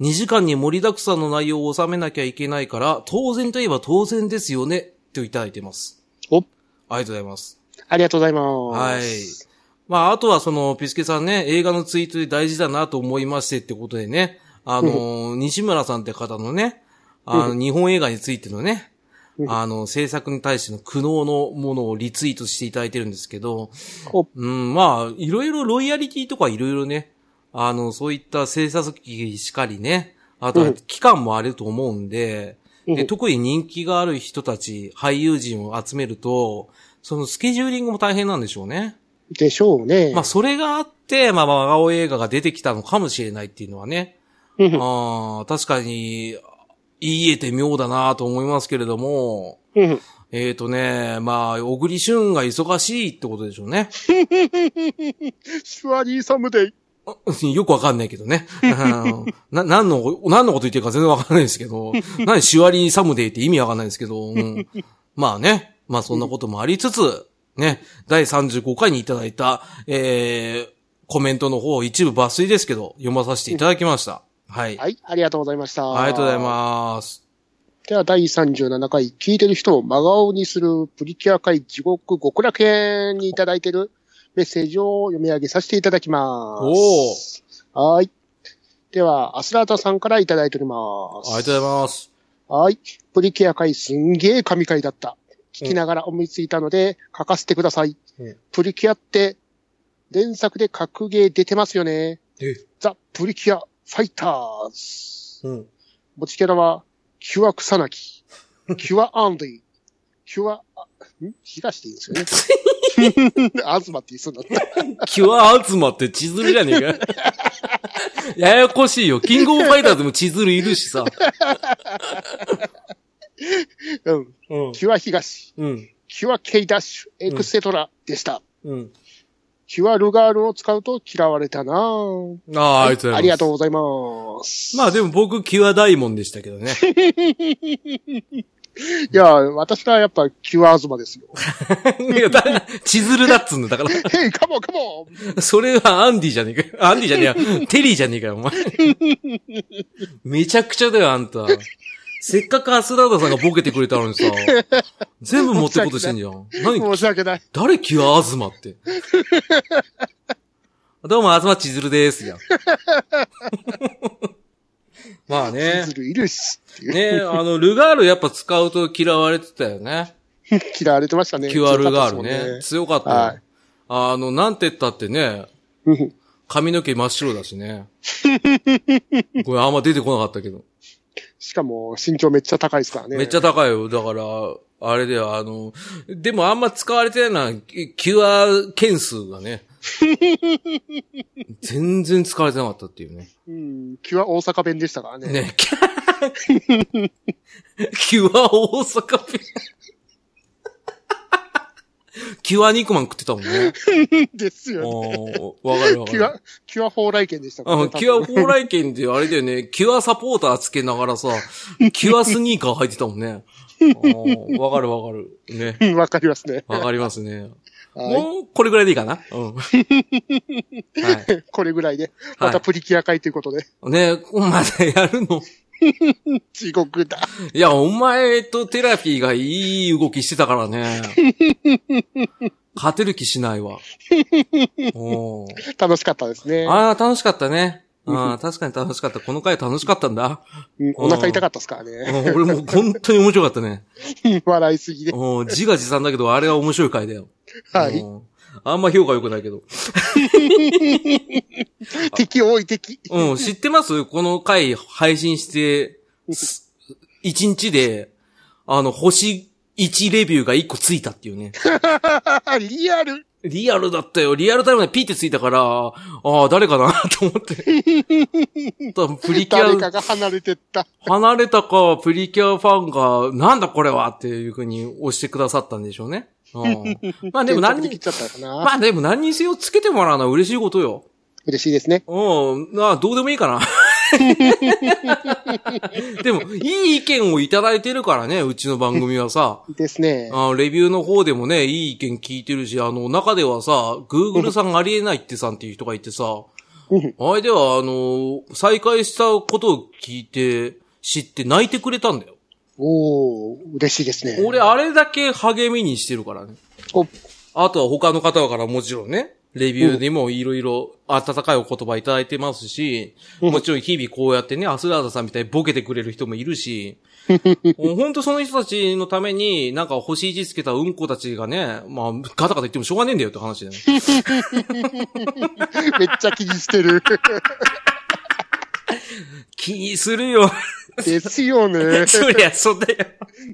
S1: 2時間に盛りだくさんの内容を収めなきゃいけないから、当然といえば当然ですよね、といただいてます。
S2: お、
S1: ありがとうございます。
S2: ありがとうございます。
S1: はい。まあ、あとはその、ピスケさんね、映画のツイートで大事だなと思いましてってことでね、あの、西村さんって方のね、あの、日本映画についてのね、あの、制作に対しての苦悩のものをリツイートしていただいてるんですけど、
S2: お、
S1: うん、まあ、いろいろロイヤリティとかいろいろね、あの、そういった制作機しかりね、あと
S2: う
S1: は
S2: ん
S1: 期間もあると思うんで、
S2: うん
S1: で特に人気がある人たち、俳優陣を集めると、そのスケジューリングも大変なんでしょうね。
S2: でしょうね。
S1: まあ、それがあって、まあ、真顔映画が出てきたのかもしれないっていうのはね。
S2: うん
S1: ああ、確かに、言い得て妙だなと思いますけれども、
S2: うん
S1: えっ、とね、まあ、小栗旬が忙しいってことでしょうね。
S2: シュワリーサムデイ。
S1: うんよくわかんないけどね。 うんな、何の、何のこと言ってるか全然わかんないですけ ど、何シュワリーサムデーって意味わかんないですけど、 うんまあね、まあそんなこともありつつ、ね、第35回にいただいた、えー、コメントの方一部抜粋ですけど、読まさせていただきました。はい。
S2: はい、ありがとうございました。
S1: ありがとうございます。
S2: す。では、第37回、聞いてる人を真顔にするプリキュア界地獄極楽園にいただいてるメッセージを読み上げさせていただきます。
S1: おー
S2: はい。では、アスラータさんからいただいております。
S1: ありがとうございます。
S2: はい。プリキュア回すんげえ神回だった。聞きながら思いついたので、書かせてください。
S1: うん
S2: プリキュアって、連作で格ゲー出てますよね。
S1: え
S2: ザ・プリキュア・ファイターズ。
S1: うん。
S2: 持ちキャラは、キュア・ 草薙、キュア・アンディ、キュア、あん東でいいんですよね。 アズマって言いそうになった。
S1: キュアアズマって千鶴じゃね えか。ややこしいよ。キングオブファイターズも千鶴いるしさ。
S2: うん。
S1: うん。
S2: キュア・東、
S1: うん。
S2: キュア・ケイ・ダッシュ、エクセトラでした。
S1: うん。
S2: キュア・ルガールを使うと嫌われたなぁ。
S1: ああ、ありがとうございます。
S2: ありがとうございます。
S1: まあでも僕、キュア大門でしたけどね。
S2: いや、私はやっぱキュアアズマです よ。
S1: いや、だ、千鶴だっつうんだ。だか
S2: ヘイ、カモンカモン
S1: ら、それはアンディじゃねえかよ。アンディじゃねえや。テリーじゃねえかよ、お前。めちゃくちゃだよ、あんた。せっかくアスラーダさんがボケてくれたのにさ、全部持ってこうとしてんじゃん。何
S2: 申し訳ない。
S1: 誰キュアアズマって。どうも、アズマ千鶴ですやん。まあね
S2: ズ。ルいるしっていう。
S1: ねあの、ルガールやっぱ使うと嫌われてたよね。
S2: 嫌われてましたね。
S1: キュアルガール
S2: 強かった
S1: ね。
S2: です
S1: 強かったよ。
S2: はい
S1: あの、なんて言ったって ね、
S2: もんね。
S1: 髪の毛真っ白だしね。 これあんま出てこなかったけど。
S2: しかも、身長めっちゃ高いですからね。
S1: めっちゃ高いよ。だから、あれだよ、あの、でもあんま使われてないのは、キキュア件数が ね。全然使われてなかったっていうね。
S2: うん、キュア大阪弁でしたからね。
S1: ね、 キュアキュア大阪弁。 キュア肉まん食ってたもん ね。
S2: ですよね。
S1: おーわかるわか
S2: キ
S1: る。
S2: ュア、キュア蓬莱県でしたからね
S1: あ、キュア
S2: 多分
S1: 蓬莱圏であれだよ ね、キュアサポーターつけながらさ、キュアスニーカー履いてたもんね。あーわかるわかる。ね。
S2: うんわかりますね。
S1: わかりますね。
S2: は。
S1: もう、これぐらいでいいかなうん。はい
S2: これぐらいで。またプリキュア会ということで。
S1: い。ねまだやるの
S2: 地獄だ。
S1: いや、お前とテラピーがいい動きしてたからね。勝てる気しないわ。おー
S2: 楽しかったですね。
S1: ああ、楽しかったね。ああ、確かに楽しかった。この回楽しかったんだ。
S2: うんお腹痛かったですからね。
S1: うん俺もう本当に面白かったね。
S2: 笑いすぎで。
S1: うん、自画自賛だけど、あれは面白い回だよ。
S2: はい。
S1: うんあんま評価良くないけど。
S2: 敵多い敵。
S1: うん、知ってますこの回配信して、す1日で、あの、星1レビューが1個ついたっていうね。
S2: リアル。
S1: リアルだったよ。リアルタイムでピーってついたから、ああ、誰かなと思って。多分プリキ
S2: 誰
S1: ュ
S2: か
S1: ア、
S2: が離れてった。
S1: 離れたか、プリキュアファンが、なんだこれはっていう風に押してくださったんでしょうね。うん、まあでも何
S2: 定着
S1: に
S2: でき、ちゃったかな。
S1: まあでも何にせよつけてもらうのは嬉しいことよ。
S2: 嬉しいですね。
S1: うん、なあ、どうでもいいかな。 でも、いい意見をいただいてるからね、うちの番組は さ。
S2: ですね。
S1: あレビューの方でもね、いい意見聞いてるし、あの、中ではさ、Google さんありえないってさんっていう人がいてさ、
S2: うん
S1: あれでは、あの、再開したことを聞いて、知って泣いてくれたんだよ。
S2: おー、嬉しいですね。
S1: 俺、あれだけ励みにしてるからね。
S2: お、
S1: あとは他の方からもちろんね、レビューでもいろいろ温かいお言葉いただいてますし、もちろん日々こうやってね、アスラーダさんみたいにボケてくれる人もいるし、もうほんとその人たちのために、なんか星1つけたうんこたちがね、まあ、ガタガタ言ってもしょうがねえんだよって話だよね。
S2: めっちゃ気にし てる。
S1: 気にするよ。
S2: です よね。
S1: そりゃそうだよ。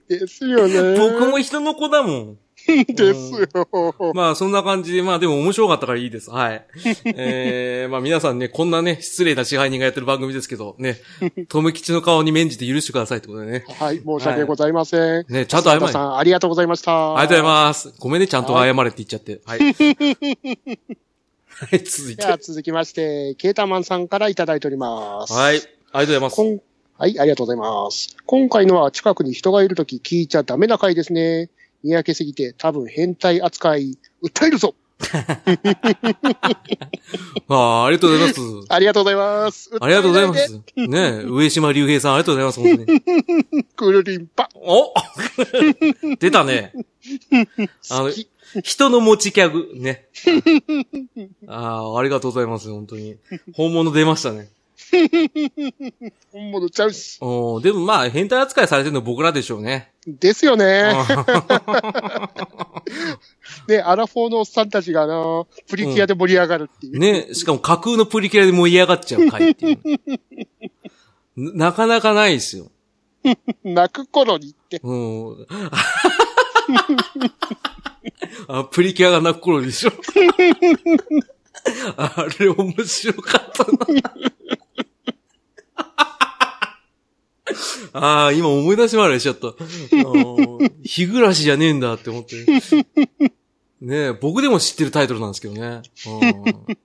S2: ですよね。
S1: 僕も人の子だもん。
S2: ですよ。
S1: まあ、そんな感じで、まあ、でも面白かったからいいです。はい。 えー、まあ、皆さんね、こんなね、失礼な支配人がやってる番組ですけど、ね、とめきちの顔に免じて許してくださいってことでね。
S2: はい、申し訳ございません。
S1: ね、ちゃんと謝れ。あり
S2: 皆
S1: がと
S2: さん、ありがとうございました。
S1: うございます。ごめんね、ちゃんと謝れって言っちゃって。はい。はい、続いて。
S2: では
S1: は
S2: 続きまして、ケータマンさんからいただいております。
S1: い。ありがとうございます
S2: こ。んはい、ありがとうございます。今回のは近くに人がいるとき聞いちゃダメな回ですね。にやけすぎて多分変態扱い、訴えるぞ
S1: ああ、ありがとうございます。
S2: ありがとうございます。
S1: ありがとうございま。
S2: 訴えなです
S1: ねえ、上島竜兵さん、ありがとうございます、本当に。
S2: クルリンパ。
S1: お 出たね。あの
S2: 好き。
S1: 人の持ちキャグ、ね。 ああ、ありがとうございます、本当に。本物出ましたね。
S2: 本物ちゃうし。
S1: おーでもまあ、変態扱いされてるの僕らでしょうね。
S2: ですよね。
S1: あ
S2: ね、アラフォーのおっさんたちが、あの、プリキュアで盛り上がるっていう。
S1: ーね、しかも架空のプリキュアで盛り上がっちゃう回っていう。ななかなかないですよ。
S2: 泣く頃にって。
S1: うん。あ、プリキュアが泣く頃でしょ。あれ面白かったな。ああ、今思い出しまでしちゃった。あー日暮らしじゃねえんだって思って。ねえ、僕でも知ってるタイトルなんですけどね。あーね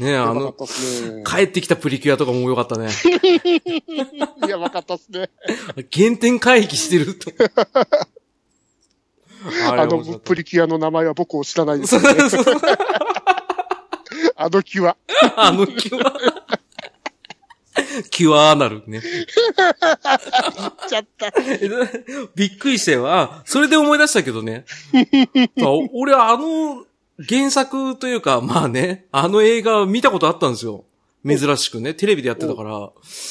S1: え、あ
S2: やばかっ
S1: の、
S2: たっすね。
S1: 帰ってきたプリキュアとかも良かったね。
S2: やばかったっすね。
S1: 原点回帰してると。 あれ
S2: あ
S1: 面
S2: の
S1: 白かった
S2: プリキュアの名前は僕を知ら ないです
S1: そう。そうそう。
S2: あのキュア。
S1: あのキュア。キュアなるね。
S2: 言っちゃった。
S1: びっくりしたよ。あ、それで思い出したけど ね。そう俺、あの、原作というか、まあね、あの映画見たことあったんですよ。珍しくね、テレビでやってたから。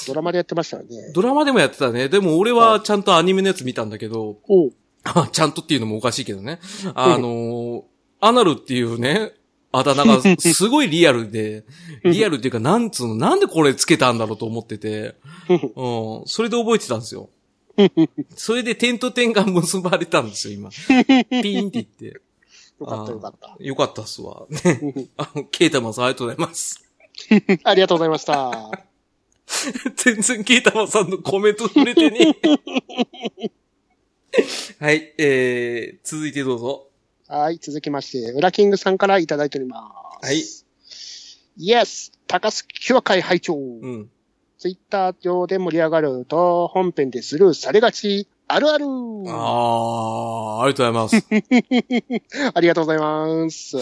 S2: ドラマでやってましたよね。
S1: ドラマでもやってたね。でも俺はちゃんとアニメのやつ見たんだけど、
S2: おう。
S1: あ ちゃんとっていうのもおかしいけどね。あのーアナルっていうね、あだ名がすごいリアルで、リアルっていうか、なんつうの、なんでこれつけたんだろうと思ってて、うん、それで覚えてたんですよ。それで点と点が結ばれたんですよ、今。ピーンって言って。
S2: よかったよかった。
S1: よかったっすわ。ね、あの、ケータマンさんありがとうございます。
S2: ありがとうございました。
S1: 全然ケータマンさんのコメント触れてねえ。はい、えー、続いてどうぞ。
S2: はい、続きまして、ウラキングさんからいただいております。
S1: はい。
S2: イエス高須協会会長、
S1: うん。
S2: ツイッター上で盛り上がると、本編でスルーされがち、あるあるあ
S1: ああ、ありがとうございます。
S2: りがとうござ います。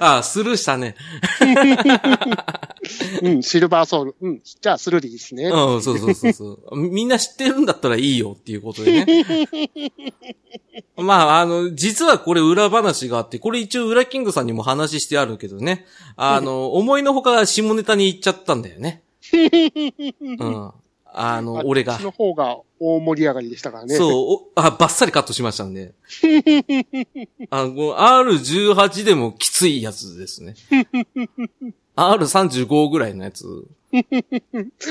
S1: あースルーしたね。
S2: うん、シルバーソウル。うん、じゃあスルーでいいですね。
S1: うん、そうそうそうそう。みんな知ってるんだったらいいよっていうことでね。まあ、あの、実はこれ裏話があって、これ一応裏キングさんにも話してあるけどね。あの、思いのほか下ネタに行っちゃったんだよね。うん。あの、俺
S2: あっ
S1: が
S2: ち。の方が大盛り上がりでしたからね。う。
S1: そう、おあ、バッサリカットしましたん で。あの、この R18 でもきついやつですね。R35 ぐらいのやつ。うん、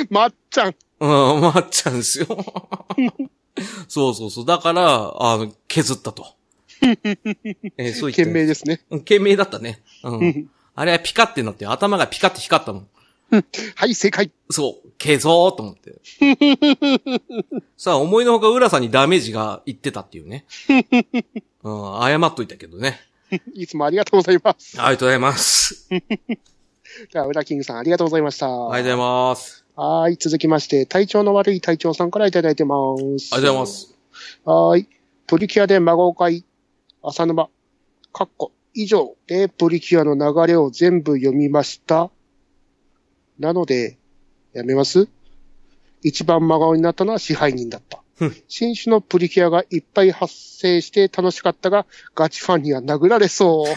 S2: まっちゃん。
S1: まあっちゃうん ですよ。そうそうそう。だから、あの、削った と。えーそう言って。
S2: 懸命ですね。
S1: うん。懸命だったね。 うん。あれはピカってなって、頭がピカって光ったもん。
S2: はい、正解。
S1: そう、消そうと思って。さあ、思いのほか浦さんにダメージがいってたっていうね。うん、謝っといたけどね。
S2: いつもありがとうございます。
S1: ありがとうございます。
S2: じゃあ、ウラキングさんありがとうございました。
S1: ありがとうございます。
S2: はい、続きまして、体調の悪い隊長さんからいただいてます。あ
S1: ありがとう
S2: りが
S1: ございます。
S2: はーい。プリキュアで孫会、浅沼、カッコ、以上でプリキュアの流れを全部読みました。なので、やめます一番真顔になったのは支配人だった
S1: うん。
S2: 新種のプリキュアがいっぱい発生して楽しかったが、ガチファンには殴ら れそう。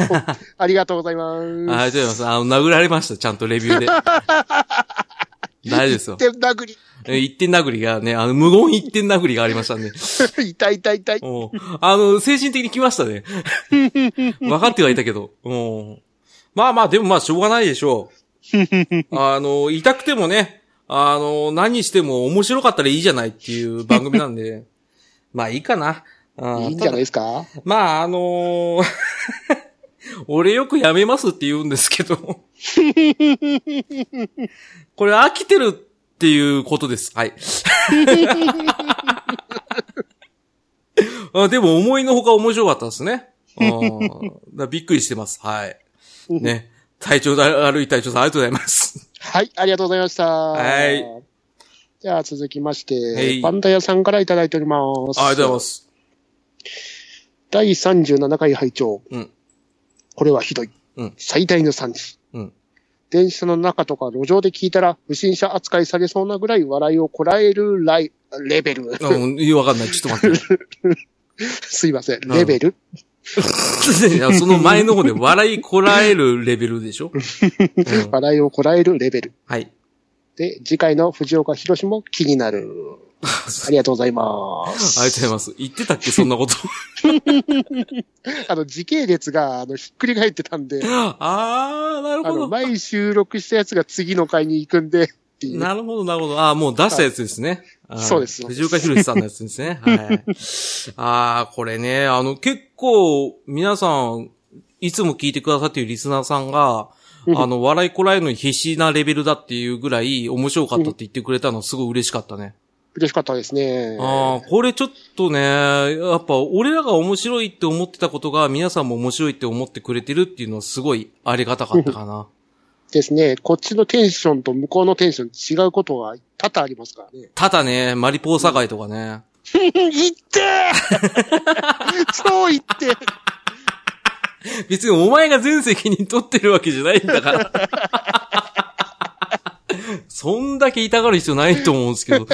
S2: ありがとうございま
S1: あ
S2: す。
S1: りがとうございます。あの、殴られました、ちゃんとレビューで。大丈夫ですよ。
S2: で、殴り、
S1: え一点殴りがね、あの、無言一点殴りがありましたね。
S2: 痛い痛い痛い。
S1: おうあの、精神的に来ました ね。分かってはいたけど。うんまあまあ、でもまあ、しょうがないでしょう。あの、痛くてもね、あの、何しても面白かったらいいじゃないっていう番組なん で、まあいいかな。あー
S2: いいんじゃな
S1: た
S2: いですか
S1: だまあ、あのー 俺よくやめますって言うんですけど。これ飽きてるっていうことです。はい。あでも思いのほか面白かったですね。うんだからびっくりしてます。はい。
S2: うん
S1: ね。体調だ、悪い隊長さんありがとうございます。
S2: はい、ありがとうございました。
S1: はい。
S2: じゃあ続きまして、
S1: はい
S2: パンダ屋さんからいただいております。
S1: ありがとうございます。
S2: 第37回拝聴。
S1: うん
S2: これはひどい。
S1: うん
S2: 最大の惨事。
S1: うん
S2: 電車の中とか路上で聞いたら、不審者扱いされそうなぐらい笑いをこらえるライレベル。
S1: あ、もう、いやわかんない。ちょっと待っ
S2: すいません。
S1: ん
S2: レベル、
S1: て。いやその前の方で笑いこらえるレベルでしょ、うん
S2: 笑いをこらえるレベル。
S1: はい。
S2: で、次回の藤岡博も気に なる。ありがとうございます。
S1: ありがとうございます。言ってたっけそんなこと。
S2: あの、時系列が、あの、ひっくり返ってたんで、
S1: あー、なる
S2: あの、
S1: ほど。
S2: 前収録したやつが次の回に行くんで、っていう。
S1: なるほど、なるほど。ああ、もう出したやつですね。あー
S2: そうです
S1: 藤岡弘さんのやつですね。 はい。ああ、これね、あの、結構、皆さん、いつも聞いてくださっているリスナーさんが、
S2: うん
S1: あの、笑いこらえるのに必死なレベルだっていうぐらい面白かったって言ってくれたのすごい嬉しかったね。
S2: 嬉しかったですね。
S1: ああ、これちょっとね、やっぱ俺らが面白いって思ってたことが皆さんも面白いって思ってくれてるっていうのはすごいありがたかったかな。
S2: ですね。こっちのテンションと向こうのテンション違うことが多々ありますからね。
S1: ただね、マリポーサガイとかね。
S2: いってー 超いってー
S1: 別にお前が全責任取ってるわけじゃないんだから。 そんだけ痛がる必要ないと思うんですけど、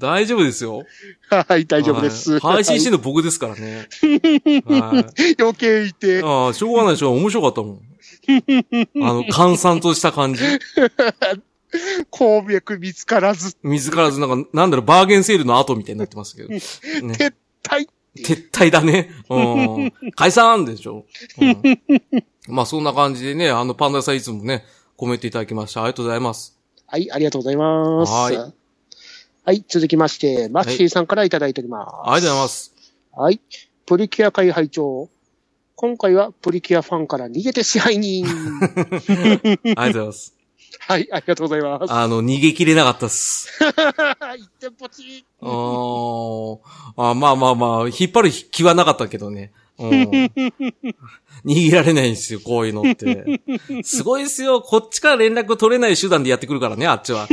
S1: 大丈夫ですよ。
S2: はい、大丈夫で
S1: は
S2: す。
S1: い配信して
S2: は
S1: るの僕ですからね。はい
S2: い 余計いてー。
S1: ああ、しょうがないでしょ。面白かったもん。あの、閑散とした感じ。
S2: 鉱脈見つからず、
S1: 自らず、なんか、なんだろう、バーゲンセールの後みたいになってますけど。ね、
S2: 撤退。
S1: 撤退だね。うん。解散でしょ。うん、まあ、そんな感じでね、あの、パンダさんいつもね、コメントいただきまして、ありがとうございます。
S2: はい、ありがとうございます。
S1: はい
S2: はい、続きまして、マッシーさんからいただいております。
S1: ありがとうございます。
S2: はい。プリキュア会拝聴。今回はプリキュアファンから逃げて支配人。
S1: ありがとうございます。
S2: はい、ありがとうございます。
S1: あの、逃げ切れなかったっす。
S2: 一点ポチ
S1: うーんあまあまあまあ、引っ張る気はなかったけどね。うん、逃げられないんですよ、こういうのって。すごいですよ、こっちから連絡取れない手段でやってくるからね、あっちは。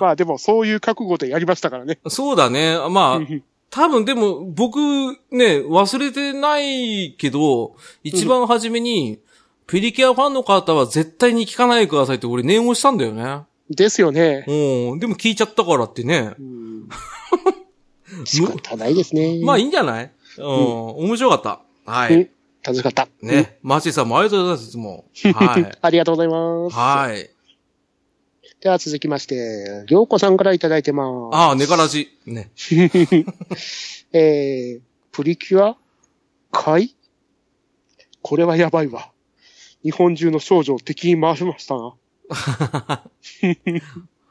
S2: まあでも、そういう覚悟でやりましたからね。
S1: そうだね、まあ、多分でも、僕、ね、忘れてないけど、一番初めに、プリキュアファンの方は絶対に聞かないでくださいって俺念をしたんだよね。
S2: ですよね。
S1: うん。でも聞いちゃったからってね。
S2: うん仕方ないですね。
S1: まあい
S2: い。
S1: いんじゃないうん、面白かった。は
S2: うん
S1: い。
S2: 楽しかった。
S1: ね。マーチーさんもありがとうございます、いつも。はい。
S2: ありがとうございます。
S1: はい。
S2: では続きまして、りょうこさんからいただいてます。
S1: ああ、ネカラジ。ね。
S2: えー、プリキュア会これはやばいわ。日本中の少女を敵に回しましたな。
S1: ありが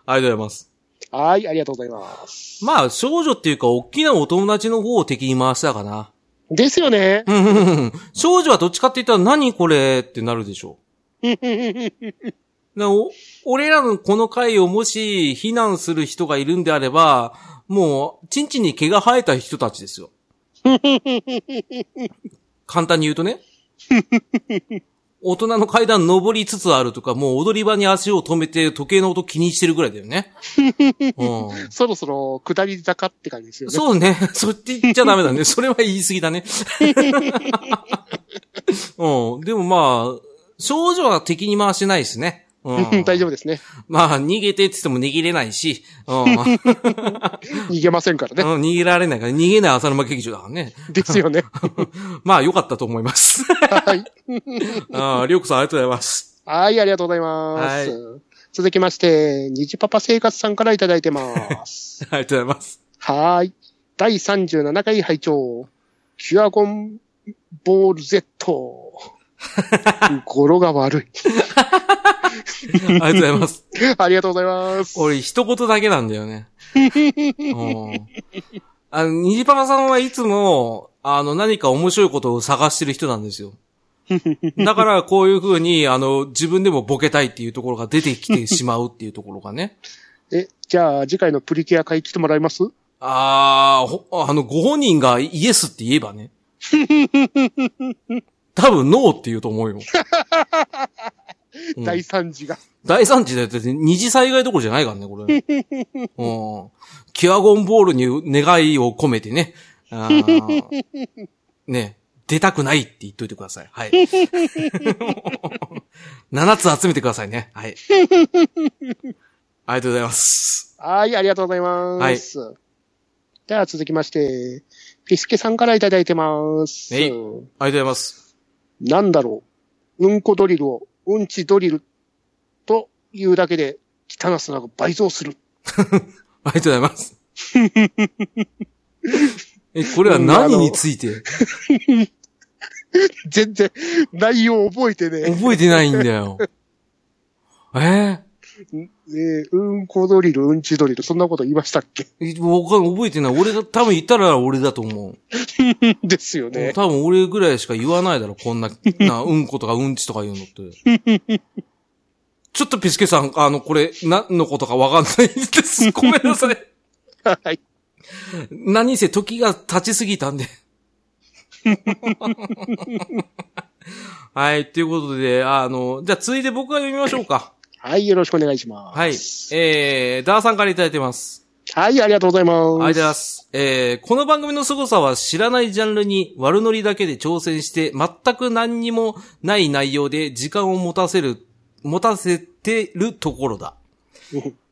S1: とうございます。
S2: はい、ありがとうございます。
S1: まあ、少女っていうか、大きなお友達の方を敵に回したかな。
S2: ですよね。
S1: うんうんうん少女はどっちかって言ったら、何これってなるでしょう。なお俺らのこの回をもし、非難する人がいるんであれば、もう、チンチンに毛が生えた人たちですよ。 簡単に言うとね。大人の階段登りつつあるとか、もう踊り場に足を止めて時計の音気にしてるぐらいだよね。うん、
S2: そろそろ下り坂って感じですよね。
S1: そうね。 そっち言っちゃダメだ ね。それは言い過ぎだね。 うん、でもまあ、少女は敵に回してないしね。うん、
S2: 大丈夫ですね。
S1: まあ、逃げてって言っても逃げれないし。 うん
S2: 逃げませんからね。
S1: うん逃げられないから、逃げない浅沼劇場だからね。
S2: ですよね。
S1: まあ、良かったと思います。
S2: はい。
S1: ああ、りょうこさんありがとうございます。
S2: はい、ありがとうございます。続きまして、にじパパ生活さんからいただい てます。
S1: ありがとうございます。
S2: はーい。第37回拝聴キュアゴンボー ル Z。語呂が悪い。
S1: ありがとうございます。
S2: ありがとうございます。
S1: 俺、一言だけなんだよね。うんあの、にじぱぱさんはいつも、あの、何か面白いことを探してる人なんですよ。だから、こういう風に、あの、自分でもボケたいっていうところが出てきてしまうっていうところがね。
S2: え、じゃあ次回のプリキュア会来てもらいます
S1: ああ、ほあの、ご本人がイエスって言えばね。多分ノーって言うと思うよ。うん
S2: 大惨事が。
S1: 大惨事だって二次災害どころじゃないからね、これ。うん。キュアゴンボールに願いを込めてね。あーね、出たくないって言っといてください。はい。7つ集めてくださいね。はい。ありがとうございます。
S2: はい、ありがとうございます。では続きまして、ピスケさんからいただいてます。
S1: はいありがとうございます。
S2: なんだろう。うんこドリルを、うんちドリルというだけで、汚さが倍増する。
S1: ありがとうございます。え、これは何について
S2: 全然、内容覚えてね
S1: 覚えてないんだよ。えー
S2: え。ねえうんこドリル、うんちドリル、そんなこと言いましたっけ
S1: えわかん覚えてない。俺が、多分言ったら俺だと思う。
S2: ですよね。
S1: 多分俺ぐらいしか言わないだろ、こんな、な、うんことかうんちとか言うのって。ちょっとピスケさん、あの、これ、何のことかわかんないです。ごめんなさい。
S2: はい。
S1: 何せ時が経ちすぎたんで。はい、ということで、あの、じゃあ続いて僕が読みましょうか。
S2: はい、よろしくお願いします。
S1: はい。えー、ダーさんからいただいてます。
S2: はい、ありがとうございます。
S1: ありがとうございます。えー、この番組の凄さは知らないジャンルに悪ノリだけで挑戦して、全く何にもない内容で時間を持たせる、持たせてるところだ。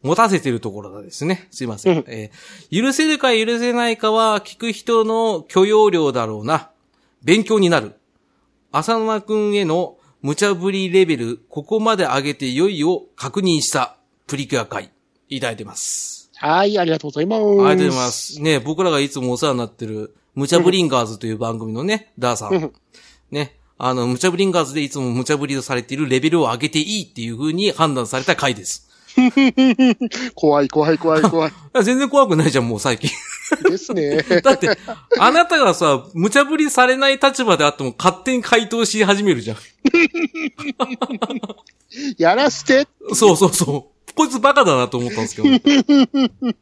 S1: 持たせてるところだですね。すいません。えー許せるか許せないかは聞く人の許容量だろうな。勉強になる。浅沼くんへの無茶ぶりレベル、ここまで上げて良いを確認したプリキュア会、いただいてます。
S2: はい、ありがとうございます。
S1: ありがとうございま。す。ね、僕らがいつもお世話になってる、ムチャブリンガーズという番組のね、ダーさん。ね、あの、ムチャブリンガーズでいつもムチャブリをされているレベルを上げていいっていう風に判断された回です。
S2: 怖い、怖い、怖い、 怖い。
S1: 全然怖くないじゃん、もう最 近。
S2: ですね。
S1: だって、あなたがさ、無茶ぶりされない立場であっても勝手に回答し始めるじゃん。
S2: やらして。
S1: そうそうそう。こいつバカだなと思ったんですけど。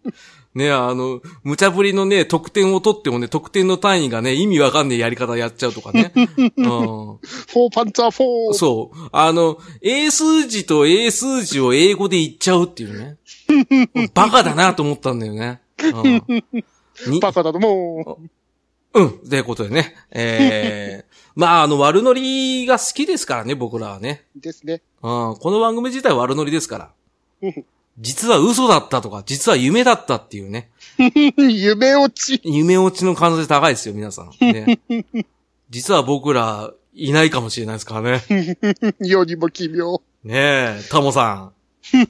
S1: ねあの、無茶ぶりのね、得点を取ってもね、得点の単位がね、意味わかんねえやり方やっちゃうとかね。う
S2: フォーパンツァーフォ
S1: ん。
S2: ー。
S1: そう。あの、英数字と英数字を英語で言っちゃうっていう ね。バカだなと思ったんだよね。うん。に
S2: バカだとも
S1: うん。ということでね。えー、まあ、あの、悪ノリが好きですからね、僕らはね。
S2: う。ですね。
S1: うん、この番組自体悪ノリですから。実は嘘だったとか、実は夢だったっていうね。
S2: 夢落ち。
S1: 夢落ちの可能性高いですよ、皆さん。 ね、実は僕ら、いないかもしれないですからね。
S2: 世にも奇妙。
S1: ねえ、タモさん。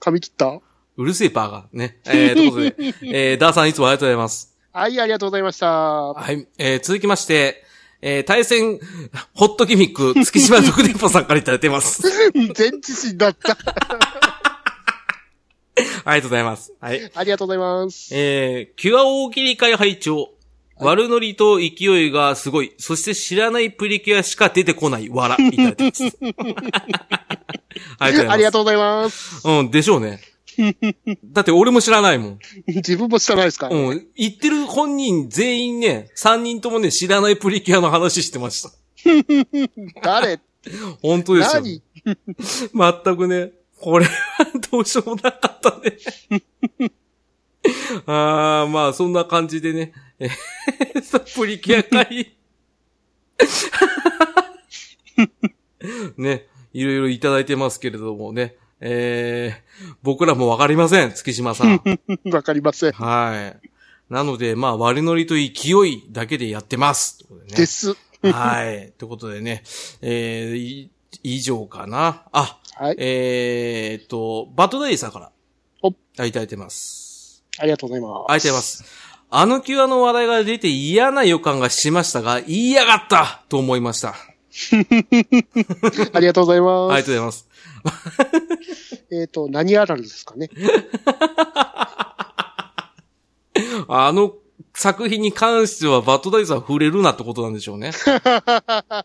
S2: 髪切った
S1: うるせえパーが。ね。えー、という ことで、えー、ダーさんいつもありがとうございます。
S2: はい、ありがとうございま した。
S1: はい。えー続きまして、えー対戦、ホットギミック、月島特電波さんからいただいて ます。
S2: 全知識だった。
S1: ありがとうございます。はい。
S2: ありがとうございます。
S1: えー、キュア大喜利会拝聴。悪ノリと勢いがすごい。そして知らないプリキュアしか出てこない。わら。いただいて ます。ありがとうございます。
S2: ありがとうございます。
S1: うん、でしょう ね。だって俺も知らないもん。
S2: 自分も知らないですか、
S1: うん。言ってる本人全員ね、3人ともね、知らないプリキュアの話してました。
S2: 誰
S1: 本当ですよ。
S2: 何
S1: 全くね、これはどうしようもなかったね。ああ、まあ、そんな感じでね。えへへサプリキュア会。ね、いろいろいただいてますけれどもね。えー、僕らもわかりません、月島さん。
S2: わかりません。
S1: はい。なので、まあ、割り乗りと勢いだけでやってます。ということでね
S2: です。
S1: はい。ということでね、えー、い以上かな。あ、
S2: はい
S1: えーっと、バトダイさんから。
S2: お
S1: あいただいてます。
S2: ありがとうございます。
S1: あいただいてま。す。あのキュアの話題が出て嫌な予感がしましたが、言いやがったと思いました。
S2: ありがとうござい
S1: あ
S2: ま
S1: りがとうご
S2: す。
S1: ざいます。
S2: えっ、と、何あらるですかね。
S1: あの作品に関してはバトダイさん触れるなってことなんでしょうね。 あ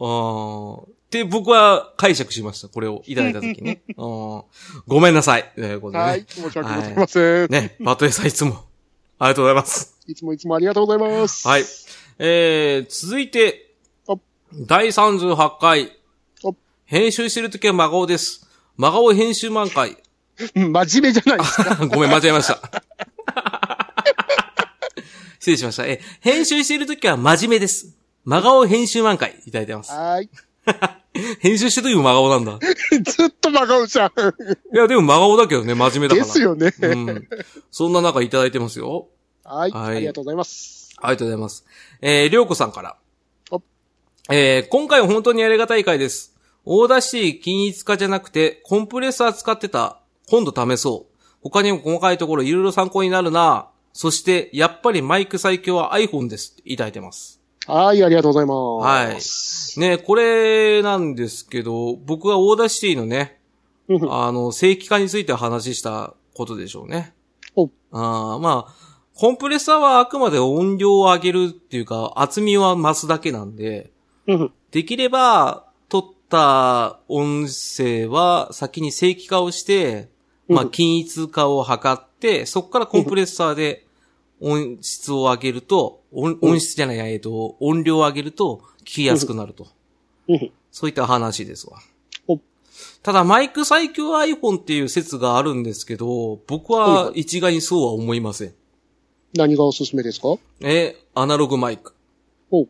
S1: ーって僕は解釈しました。これをいただいたときね。あーごめんなさい。ということでね
S2: はい、申し訳ございま せん。
S1: ね、バトエさんいつも、 ありがとうございます。
S2: いつもいつもありがとうございます。
S1: はい。えー、続いて
S2: お、
S1: 第38回
S2: お。
S1: 編集してるときは真顔です。真顔編集満開。
S2: うん真面目じゃないです か。
S1: ごめん、間違えました。 失礼しました。え、編集してるときは真面目です。真顔編集満開いただいてます。
S2: はーい。
S1: 編集してるときも真顔なんだ。
S2: ずっと真顔じゃん。
S1: いや、でも真顔だけどね、真面目だか
S2: で
S1: ら。
S2: すよね。
S1: うん。そんな中いただいてますよ。
S2: はい。
S1: は
S2: あ
S1: い
S2: りがとうございます。
S1: ありがとうございます。えー、りょうこさんから
S2: お。
S1: えー、今回は本当にありがたい回です。オーダーシティ均一化じゃなくて、コンプレッサー使ってた。今度試そう。他にも細かいところいろいろ参考になるなそして、やっぱりマイク最強は iPhone です。いただいてます。
S2: はい、ありがとうございます。
S1: ね、これなんですけど、僕がオーダーシティのね、
S2: はい。うん
S1: あの、正規化について話したことでしょうね。
S2: お
S1: あーまあ、コンプレッサーはあくまで音量を上げるっていうか、厚みは増すだけなんで、
S2: うん
S1: できれば、撮った音声は先に正規化をして、まあ、
S2: うん
S1: 均一化を図って、そこからコンプレッサーで音質を上げると、音
S2: うん
S1: 音質じゃない、えっと、音量を上げると聞きやすくなると。
S2: うん
S1: そういった話ですわ
S2: お。
S1: ただ、マイク最強 iPhone っていう説があるんですけど、僕は一概にそうは思いません。
S2: 何がおすすめですか
S1: え、アナログマイク。
S2: お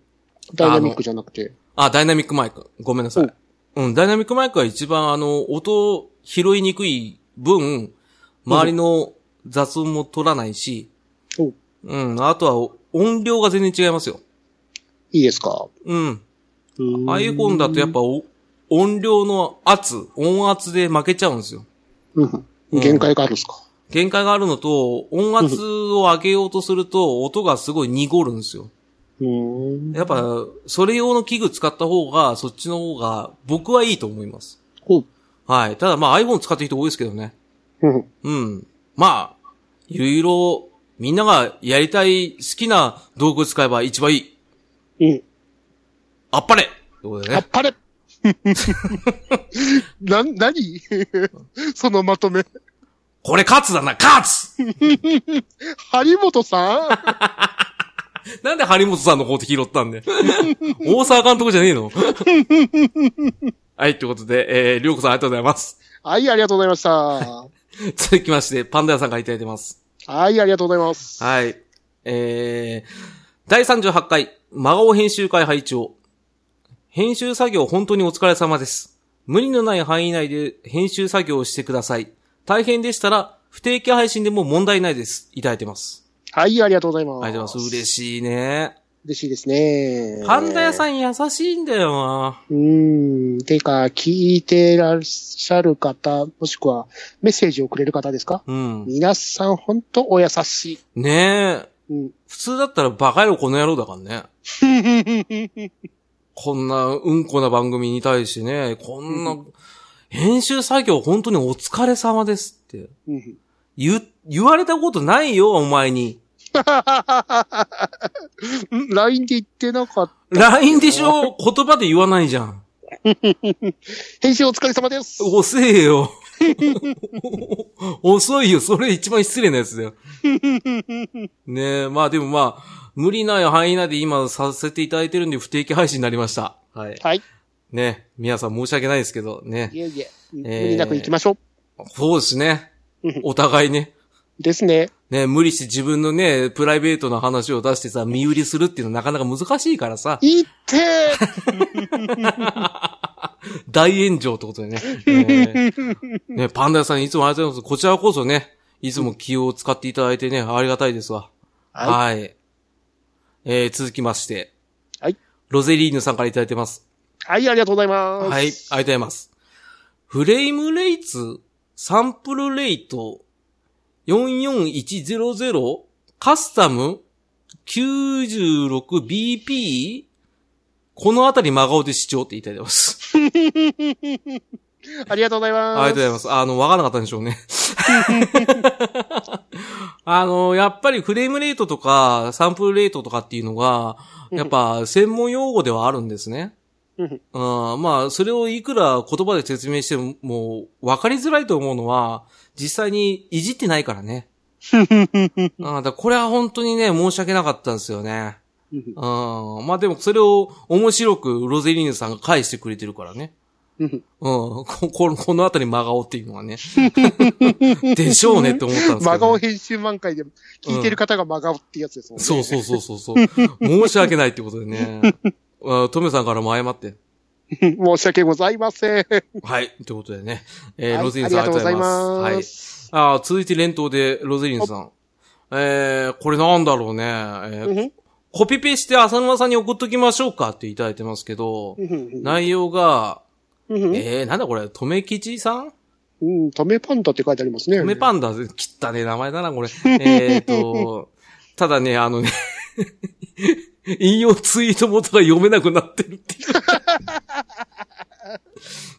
S2: ダイナミックじゃなくて。
S1: あ、ダイナミックマイク。ごめんなさい。うん、ダイナミックマイクは一番あの、音を拾いにくい分、周りの雑音も取らないし、
S2: おい
S1: うん、あとは音量が全然違いますよ。
S2: いですか
S1: うん。
S2: うーん
S1: iPhone だとやっぱお音量の圧、音圧で負けちゃうんですよ。
S2: うん
S1: うん
S2: 限界があるんですか
S1: 限界があるのと、音圧を上げようとすると、音がすごい濁るんですよ。
S2: うーん。
S1: やっぱ、それ用の器具使った方が、そっちの方が、僕はいいと思います。
S2: おう
S1: はい。ただまあ iPhone 使ってる人多いですけどね。
S2: うん。
S1: うん。まあ、いろいろ、みんながやりたい、好きな道具使えば一番いい。
S2: うん。
S1: あっぱれってことで
S2: あ
S1: ね
S2: っ。ぱれ な、なに そのまとめ。
S1: これ勝つだな、勝つ
S2: 張本さ
S1: なんで張本さんの方で拾ったんで。大沢監督じゃねえの はい、ってことで、えー、りょうこさんありがとうございます。
S2: んはい、ありがとうございました。は
S1: 続きまして、パンダ屋さんからいただいてます。
S2: い、ありがとうございます。
S1: はい。えー、第38回、真顔編集会配置を。編集作業本当にお疲れ様です。無理のない範囲内で編集作業をしてください。大変でしたら、不定期配信でも問題ないです。いただいてます。
S2: はい、ありがとうございます。
S1: ありがとうございます。嬉
S2: し
S1: し
S2: い。
S1: いね。
S2: 嬉しいですね。
S1: パンダ屋さ
S2: ん。
S1: ん優しいんだよな。
S2: うーん。てか、聞いてらっしゃる方、もしくはメッセージをくれる方ですか
S1: うん。
S2: 皆さん、ほんとお優しい。
S1: ねえ。
S2: うん。
S1: 普通だったらバカ野郎この野郎だからね。 こんなうんこな番組に対してね、こんな
S2: う、
S1: 編集作業本当にお疲れ様ですって。
S2: うん
S1: 言、言われたことないよ、お前に。
S2: ん LINE で言ってなかった。
S1: LINE でしょ言葉で言わないじゃん。
S2: 編集お疲れ様です。
S1: 遅えよ。 遅いよ。それ一番失礼なやつだ よ。ねえ、まあでもまあ、無理ない範囲内で今させていただいてるんで不定期配信になりました。はい。
S2: はい。
S1: ね皆さん申し訳ないですけど、ね。
S2: いえいえ。無
S1: えー
S2: 理なく行きましょう。
S1: そうですね
S2: うん。
S1: お互いね。
S2: ですね。
S1: ね、無理して自分のね、プライベートな話を出してさ、身売りするっていうのはなかなか難しいからさ、
S2: 行って
S1: 大炎上ってことでね。えーね、パンダ屋さんいつもありがとうございます。こちらこそね、いつも気を使っていただいてね、ありがたいですわ。
S2: は
S1: はい。えー、続きまして。
S2: はい。
S1: ロゼリーヌさんからいただいてます。
S2: い。はい、ありがとうございます。
S1: はい、ありがとうございます。フレームレイツ、サンプルレイト、44100、カスタム、96BP、このあたり真顔で視聴っていただいてます。
S2: ありがとうございます。
S1: ありがとうございます。あの、わからなかったんでしょう ね。あの、やっぱりフレームレートとか、サンプルレートとかっていうのが、やっぱ専門用語ではあるんですね。
S2: う
S1: うんん、まあ、それをいくら言葉で説明しても、もう、わかりづらいと思うのは、実際にいじ ってないからね。あだからこれは本当にね、申し訳なかったんですよね。
S2: うん
S1: あまあでもそれを面白くロゼリーヌさんが返してくれてるからね。
S2: うん
S1: うん。こ、ここのあたり真顔っていうのはね。でしょうねって思ったんですけど、ね。
S2: 真顔編集満開で聞いてる方が真顔ってやつですもんね。
S1: そうそうそうそうそう。申し訳ないってことで ね。あトメさんからも謝って。
S2: 申し訳ございません。
S1: はい。ということでね。えー
S2: はい
S1: ロゼリーヌさんありがとうございます。
S2: ありがとうござ
S1: は
S2: いま
S1: い。あー続いて連投で、ロゼリーヌさん。えー、これなんだろうね。えー
S2: うん
S1: コピペして浅沼さんに送っときましょうかっていただいてますけど、
S2: うん
S1: 内容が、
S2: うん
S1: えー、なんだこれ、とめきちさん
S2: うん、トメパンダって書いてありますね。
S1: とめパンダ、切ったね、名前だな、これ。えーと、 ただね、あのね、 引用ツイート元が読めなくなってるっていう。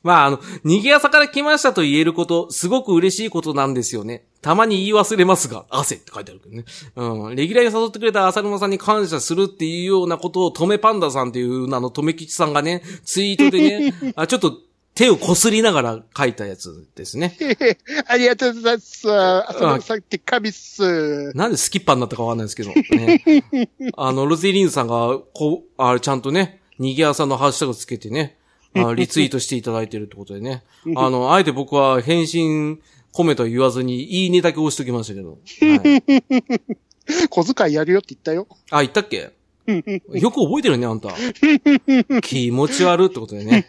S1: まあ、あの、逃げ朝から来ましたと言えること、すごく嬉しいことなんですよね。たまに言い忘れますが、汗って書いてあるけどね。うん。レギュラーに誘ってくれた浅沼さんに感謝するっていうようなことを、とめパンダさんっていう、あの、とめきちさんがね、ツイートでね、 あちょっと手をこすりながら書いたやつですね。
S2: ありがとうございます。浅野さんって神っす。
S1: なんでスキッパーになったかわかんないですけど、ね。 あの、ロゼリーヌさんが、こう、あれちゃんとね、逃げ屋さんのハッシュタグつけてね、あ リツイートしていただいてるってことでね。あの、あえて僕は返信、コメントは言わずに、いいねだけ押しときましたけ ど。はい、
S2: 小遣いやるよって言ったよ。
S1: あ、言ったっ けよく覚えてるね、あんた。気持ち悪いってことでね。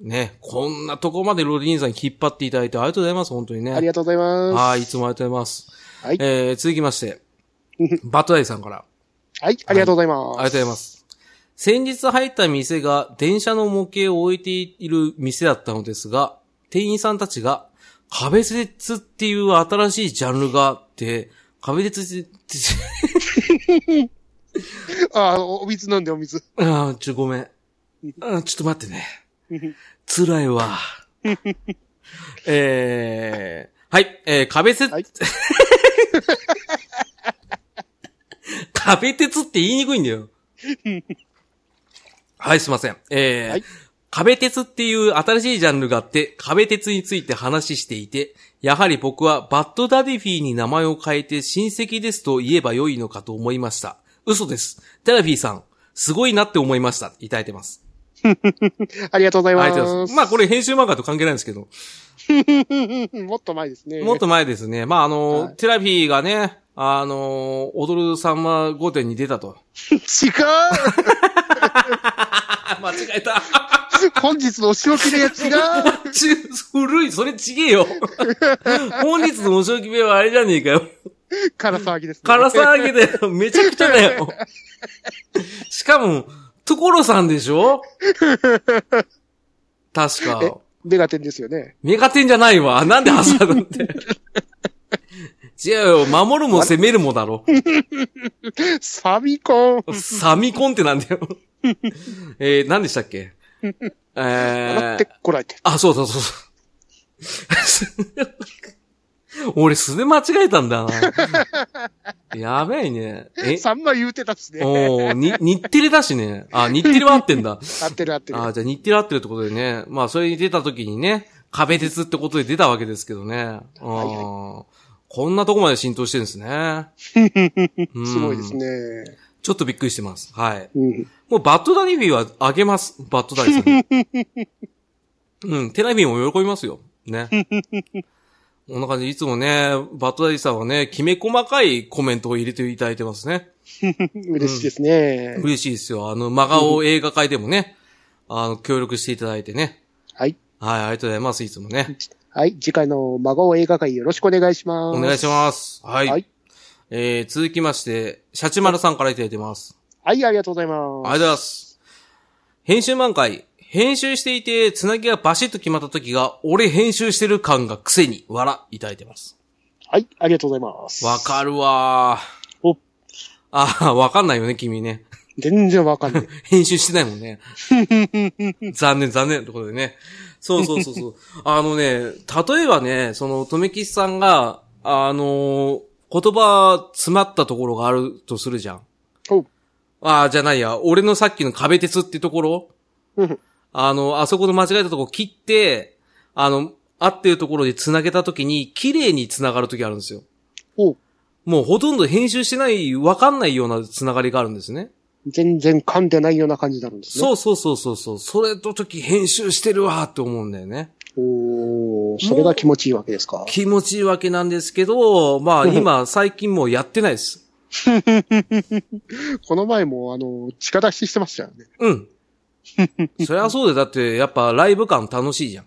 S1: ね、こんなとこまでロゼリーヌさんに引っ張っていただいてありがとうございます、本当にね。
S2: ありがとうございます。
S1: はい、いつもありがとうございます。
S2: はい
S1: えー、続きま して、バッドダイさんから。
S2: はい、ありがとうございます。
S1: ありがとうございます。先日入った店が電車の模型を置いている店だったのですが、店員さんたちが、壁鉄っていう新しいジャンルがあって、壁鉄って、
S2: あ、お水飲んでお水。
S1: ああ、ちょ、ごめん。あーちょっと待ってね。辛い わ。えー、はい、えー、壁鉄、
S2: はい
S1: 壁鉄って言いにくいんだよ。はい、すいません。えー
S2: はい
S1: 壁鉄っていう新しいジャンルがあって、壁鉄について話していて、やはり僕はバッドダディフィーに名前を変えて親戚ですと言えば良いのかと思いました。嘘です。テラフィーさん、すごいなって思いました。いただいてます。
S2: ありがとうござい
S1: あ
S2: ます。
S1: りがとうございます。まあこれ編集漫画と関係ないんですけど、
S2: れ。 もっと前ですね。
S1: もっと前ですね。まああの、
S2: はい
S1: テラフィーがね、あの、踊るさんま御殿に出たと。
S2: 違う
S1: あ、間違えた。
S2: 本日のお仕置きのやつ違う
S1: ち 古い、それちげえよ。本日のお正気部はあれじゃねえかよ。
S2: 唐沢木ですね。
S1: 辛さ揚げだよ。めちゃくちゃだ よ。しかも、所さんでしょ確か。
S2: メガテンですよね。
S1: メガテンじゃないわ。なんで朝だって。違うよ。守るも攻めるもだろ。
S2: サビコン。
S1: サミコンってなんだよ。えー、何でしたっけえ
S2: 笑っ
S1: ー
S2: て、こらえて。
S1: あ、そうそうそうそう。俺素で間違えたんだな。やばいね。え
S2: さんま言うてたっすね。
S1: おー、に、日テレだしね。あ、日テレは合って んだ。
S2: 合ってる合ってる。
S1: あーじゃあ日テレ合ってるってことでね。まあ、それに出た時にね、壁鉄ってことで出たわけですけどね。あー
S2: はい
S1: こんなとこまで浸透してるんですね。
S2: すごいです
S1: うん。
S2: ね。
S1: ちょっとびっくりしてます。はい。
S2: うん。
S1: もうバッドダディフィーはあげます。バッドダディさんに。 うん、テラビーも喜びますよ。ね。こんな感じで、いつもね、バッドダディさんはね、きめ細かいコメントを入れていただいてますね。
S2: 嬉しいですね。
S1: 嬉しいですよ。あの、真顔映画会でもね、あの、協力していただいてね。
S2: はい。
S1: はい、ありがとうございます、いつもね。
S2: はい。次回の孫映画会よろしくお願いします。
S1: お願いします。はい。
S2: はい。
S1: えー、続きまして、シャチマルさんからいただいてます。
S2: はい、ありがとうございます。
S1: ありがとうございます。編集満開。編集していて、つなぎがバシッと決まった時が、俺編集してる感が癖に、笑、いただいてます。
S2: はい、ありがとうございます。
S1: わかるわー。
S2: お、
S1: ああ、わかんないよね、君ね。
S2: 全然わかん ない。
S1: 編集してないもんね。残念、残念、ってことでね。そうそうそう そう。あのね、例えばね、その、とめきちさんが、あのー言葉詰まったところがあるとするじゃん。
S2: お
S1: ああ、じゃないや、俺のさっきの壁鉄ってところ
S2: うん
S1: あの、あそこの間違えたとこ切って、あの、合ってるところで繋げたときに、綺麗に繋がるときあるんですよ。
S2: お
S1: もうほとんど編集してない、わかんないような繋がりがあるんですね。
S2: 全然噛んでないような感じになるんですね。
S1: そうそうそうそうそう。それの時編集してるわーって思うんだよね。
S2: おーそれが気持ちいいわけですか。
S1: 気持ちいいわけなんですけど、まあ今、最近もうやってないです。
S2: この前も、あの、力出ししてましたよね。
S1: うん。そりゃそうで、だってやっぱライブ感楽しいじゃん。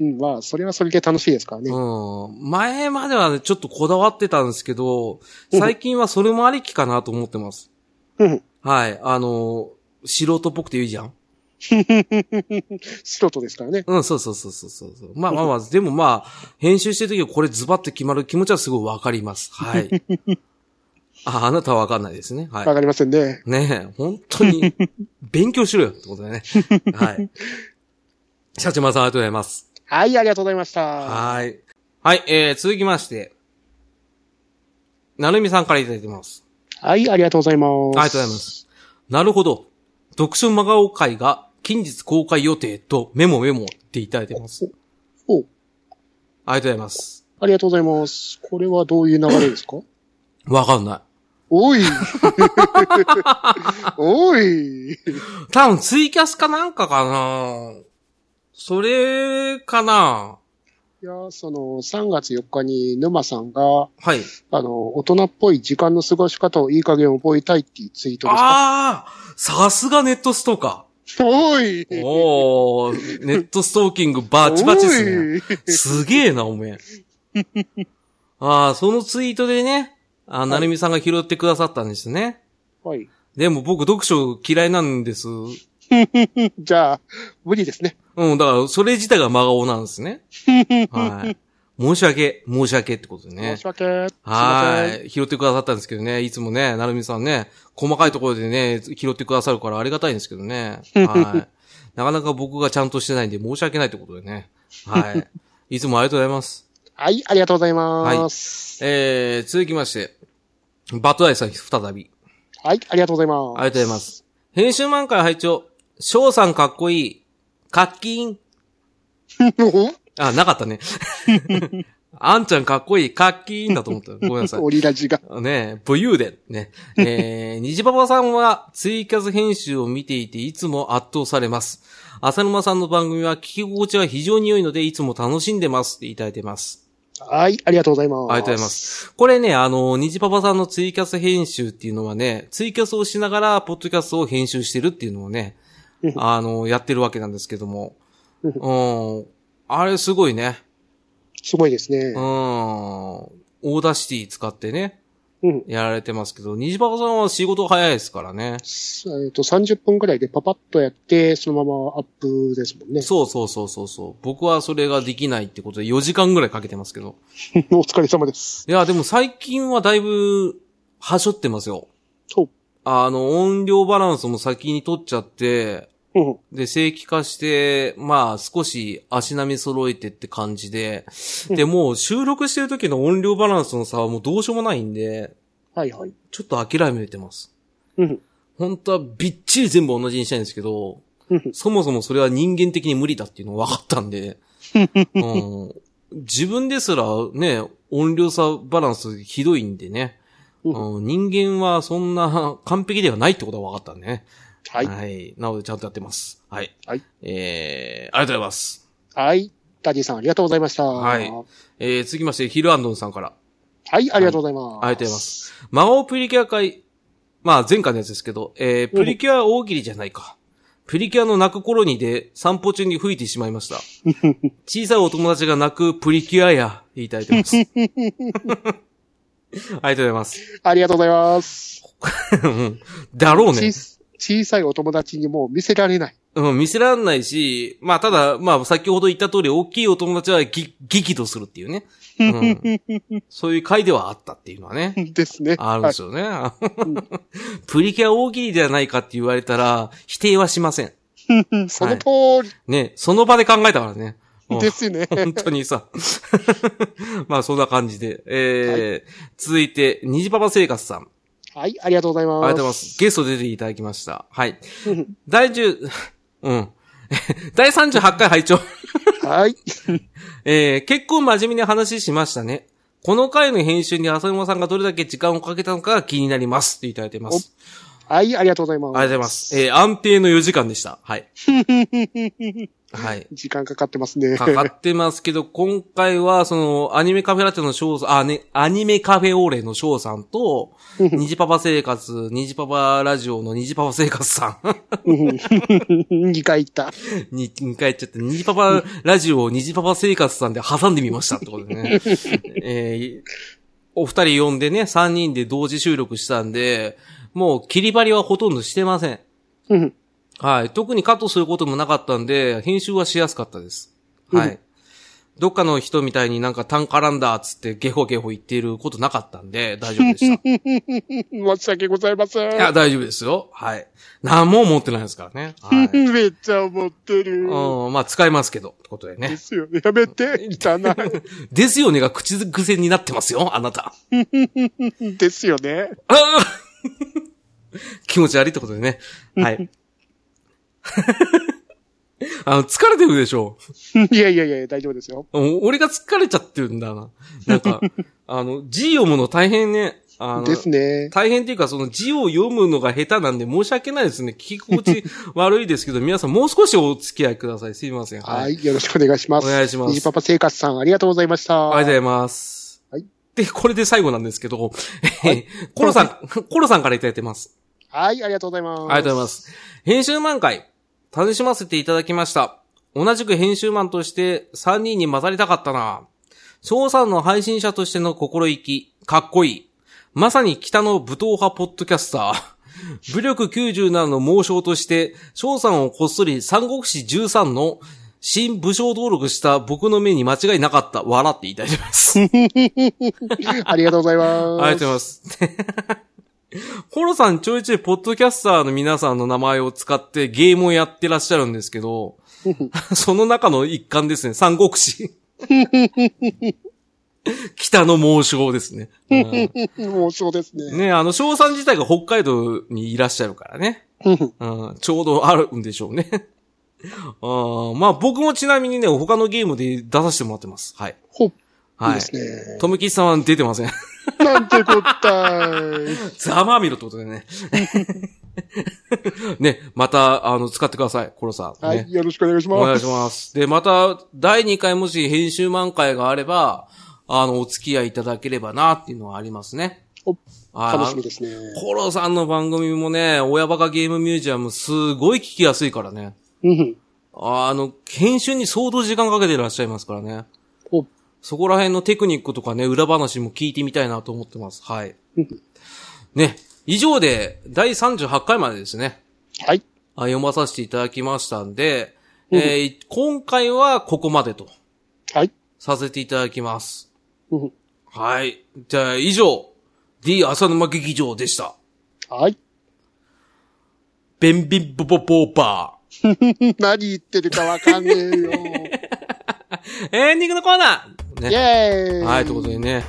S2: うん、まあ、それはそれで楽しいですからね。
S1: うん。前まではね、ちょっとこだわってたんですけど、最近はそれもありきかなと思ってます。
S2: うん。
S1: はい。あの、素人っぽくていいじゃん。
S2: 素人ですからね。
S1: うん、そうそうそうそうそうそう。まあまあまあ、でもまあ、編集してるときはこれズバッて決まる気持ちはすごいわかります。 はい。あ、あなたはわかんないですね。はい
S2: わ。かりませんね。
S1: ねえ、本当 に、勉強しろよってことだね。はい。シャチマさんありがとうございます。
S2: はい、ありがとうございました。
S1: はい。はい、えー、続きまして、なるみさんからいただいてます。
S2: はい、ありがとうございます。
S1: ありがとうございます。なるほど。読書真顔会が近日公開予定とメモメモっていただいてます。あ
S2: お、
S1: りがとうございます。
S2: ありがとうございます。これはどういう流れですか
S1: わかんな
S2: おいおい
S1: い。多分ツイキャスかなんかかなそれかない
S2: や、その、3月4日に沼さんが、
S1: はい。
S2: あの、大人っぽい時間の過ごし方をいい加減覚えたいっていうツイートですか
S1: ああさすがネットストーカー。
S2: おい
S1: おお、ネットストーキングバチバチっすね。
S2: おい
S1: すげえな、おめえ。ああ、そのツイートでね、あ、なるみさんが拾ってくださったんですね。
S2: はい。
S1: でも僕読書嫌いなんです。
S2: じゃあ、無理ですね。
S1: うん、だからそれ自体が真顔なんですね。はい。申し訳、申し訳ってことでね
S2: 申し。訳。すいません
S1: は。い。拾ってくださったんですけどね。いつもね、なるみさんね、細かいところでね、拾ってくださるからありがたいんですけどね。 はい。なかなか僕がちゃんとしてないんで申し訳ないってことでね。 はい。いつもありがとうございます。
S2: はい、ありがとうございます。
S1: えー、続きまして、バトダイさん再び。
S2: はい、ありがとうございます。
S1: ありがとうございま。す。編集マンから拝聴翔さんかっこいい。かっきん。 あ、なかったね。あんちゃんかっこいい。かっきんだと思った。ごめんなさい。
S2: オリラジが。
S1: ねえ、武勇伝。 ね。えー、虹パパさんはツイキャス編集を見ていていつも圧倒されます。浅沼さんの番組は聞き心地は非常に良いのでいつも楽しんでますっていただいてます。
S2: はい、ありがとうございます。
S1: ありがとうございま。す。これね、あの、虹パパさんのツイキャス編集っていうのはね、ツイキャスをしながらポッドキャストを編集してるっていうのをね、あの、やってるわけなんですけども。うん。あれすごいね。
S2: すごいです
S1: うん。
S2: ね。
S1: オーダーシティ使ってね。
S2: うん。
S1: やられてますけど、虹パパさんは仕事早いですからね。
S2: えっと、30分くらいでパパッとやって、そのままアップですもんね。
S1: そうそうそうそうそう。僕はそれができないってことで4時間ぐらいかけてますけど。
S2: お疲れ様です。
S1: いや、でも最近はだいぶ、はしょってますよ。
S2: そう。
S1: あの、音量バランスも先に取っちゃって、
S2: うん。
S1: で、正規化して、まあ、少し足並み揃えてって感じで、で、もう収録してる時の音量バランスの差はもうどうしようもないんで、
S2: はいはい。
S1: ちょっと諦めてます。
S2: うん。
S1: 本当はびっちり全部同じにしたいんですけど
S2: うん、
S1: そもそもそれは人間的に無理だっていうの分かったん で、うん、自分ですらね、音量差バランスひどいんでね、うん、人間はそんな完璧ではないってことは分かったんでね。
S2: はい。
S1: なのでちゃんとやってます。はい。
S2: はい。
S1: えー、ありがとうございます。
S2: はい。ダディさん、ありがとうございました。はいは
S1: えー、続きまして、ヒルアンドンさんから。
S2: い、ありがとうございます。
S1: ありがとうございます。魔王プリキュア会、まあ前回のやつですけど、えー、プリキュア大喜利じゃないか。プリキュアの泣く頃にで散歩中に吹いてしまいま した。小さいお友達が泣くプリキュアや、いただいて ます。ありがとうございます。
S2: ありがとうございます。
S1: うんだろうね
S2: 小。さ小さいお友達にもう見せられない。
S1: うん、見せらんないし、まあただ、まあ先ほど言った通り大きいお友達はぎ激怒するっていうね。 うん、そういう回ではあったっていうのはね。
S2: ですね。
S1: あるんですよね。 プリキュア大喜利ではないかって言われたら、否定はしません。
S2: はいその通
S1: ね、その場で考えたからね。う
S2: り
S1: ん
S2: ですね。
S1: 本当にさ。 まあそんな感じで。えー続いて、虹パパ生活さん。
S2: はい、ありがとうございます。
S1: ありがとうございます。ゲスト出ていただきました。はい。第10、うん。 第38回拝聴。
S2: はい。
S1: えー結構真面目に話しましたね。この回の編集に浅沼さんがどれだけ時間をかけたのかが気になります。っていただいてます。
S2: あはい、ありがとうござい
S1: あ
S2: ます。
S1: りがとうございます。えー安定の4時間でした。はい。はい。
S2: 時間かかってますね。
S1: かか ってますけど、今回は、その、アニメカフェラテの翔さん、あ、ね、アニメカフェオーレの翔さんと、ニジパパ生活、ニジパパラジオのニジパパ生活さ
S2: 2回行った。
S1: ん に、に回行っちゃって、ニジパパラジオをニジパパ生活さんで挟んでみましたってことでね。えーお二人呼んでね、三人で同時収録したんで、もう切り張りはほとんどしてません。
S2: うん
S1: はい。特にカットすることもなかったんで、編集はしやすかったです。はい。
S2: うん
S1: どっかの人みたいになんか単絡んだっつってゲホゲホ言っていることなかったんで、大丈夫でした。 い
S2: 申し訳ございません。
S1: や、大丈夫ですよ。はい。何も思ってないですからね。は い。
S2: めっちゃ思ってる。
S1: うん、まあ使いますけど、ってことで
S2: で
S1: ね。
S2: すよね。やめて。汚
S1: ですよねが口癖になってますよ、あなた。
S2: い。ですよね。
S1: あー気持ち悪いってことでね。 はい。あの、疲れてるでしょ
S2: いやいやいや、大丈夫ですよ。
S1: お俺が疲れちゃってるんだな。なん か、あの、字読むの大変ね。あの、
S2: ですね。
S1: 大変っていうか、その字を読むのが下手なんで申し訳ないですね。聞き心 地悪いですけど、皆さんもう少しお付き合いください。すいません。
S2: は
S1: はい。
S2: い。よろしくお願いします。
S1: お願いします
S2: にじパパ生活さん、ありがとうございまし
S1: あり
S2: た。
S1: がとうございます。
S2: はい。
S1: で、これで最後なんですけど、えー コロさん、コロさんからいただいてます。
S2: はい、ありがとうございます。
S1: ありがとうございま。す。編集マン会、楽しませていただきました。同じく編集マンとして3人に混ざりたかったな。翔さんの配信者としての心意気、かっこいい。まさに北の武闘派ポッドキャスター。武力97の猛将として、翔さんをこっそり三国志13の新武将登録した僕の目に間違いなかった。笑っていただいてます。
S2: ありがとうございます。
S1: ありがとうございます。ホロさんちょいちょいポッドキャスターの皆さんの名前を使ってゲームをやってらっしゃるんですけど、その中の一環ですね、三国志。北の猛将ですね。うん
S2: もうそうですね。
S1: ねあの、翔さん自体が北海道にいらっしゃるからね。うん、ちょうどあるんでしょうね。うんまあ僕もちなみにね、他のゲームで出させてもらってます。はい。
S2: ほっ、いい
S1: は
S2: で
S1: い。
S2: すね。
S1: トムキさんは出てません。
S2: なんてこったい。
S1: ざまあみろってことで ね。ね、また、あの、使ってください、コロさん。
S2: は
S1: ね
S2: い、よろしくお願いします。
S1: お願いします。で、また、第2回もし編集満会があれば、あの、お付き合いいただければな、っていうのはありますね。
S2: お
S1: はい
S2: 楽しみですね。
S1: コロさんの番組もね、親バカゲームミュージアム、すごい聞きやすいからね。
S2: うん。
S1: あの、編集に相当時間かけてらっしゃいますからね。
S2: ほっ
S1: そこら辺のテクニックとかね、裏話も聞いてみたいなと思ってます。はい。ね、以上で、第38回までですね。
S2: はい。
S1: あ読まさせていただきましたんで、えー今回はここまでと
S2: はい。
S1: させていただきます。
S2: うん
S1: はい。じゃあ以上、D 浅沼劇場でした。
S2: はい。
S1: ベンビンボボボーバ
S2: 何言ってるかわかんねえ よ。
S1: ー。エンディングのコーナー、
S2: イ
S1: ね、
S2: ェーイ
S1: はい、ということでね、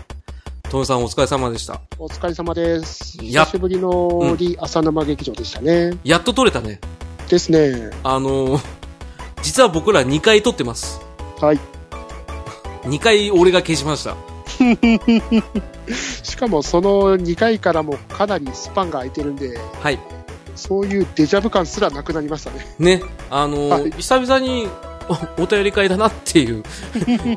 S1: トムさんお疲れ様でした。
S2: お疲れ様です。
S1: や
S2: 久しぶりのリ・浅沼劇場でしたね。
S1: やっと撮れたね。
S2: ですね。
S1: あのー実は僕ら2回撮ってます。
S2: はい。
S1: 2回俺が消しました。
S2: しかもその2回からもかなりスパンが空いてるんで、
S1: はい。
S2: そういうデジャブ感すらなくなりましたね。
S1: ね、あのー
S2: はい
S1: 久々におお便り会だなっていう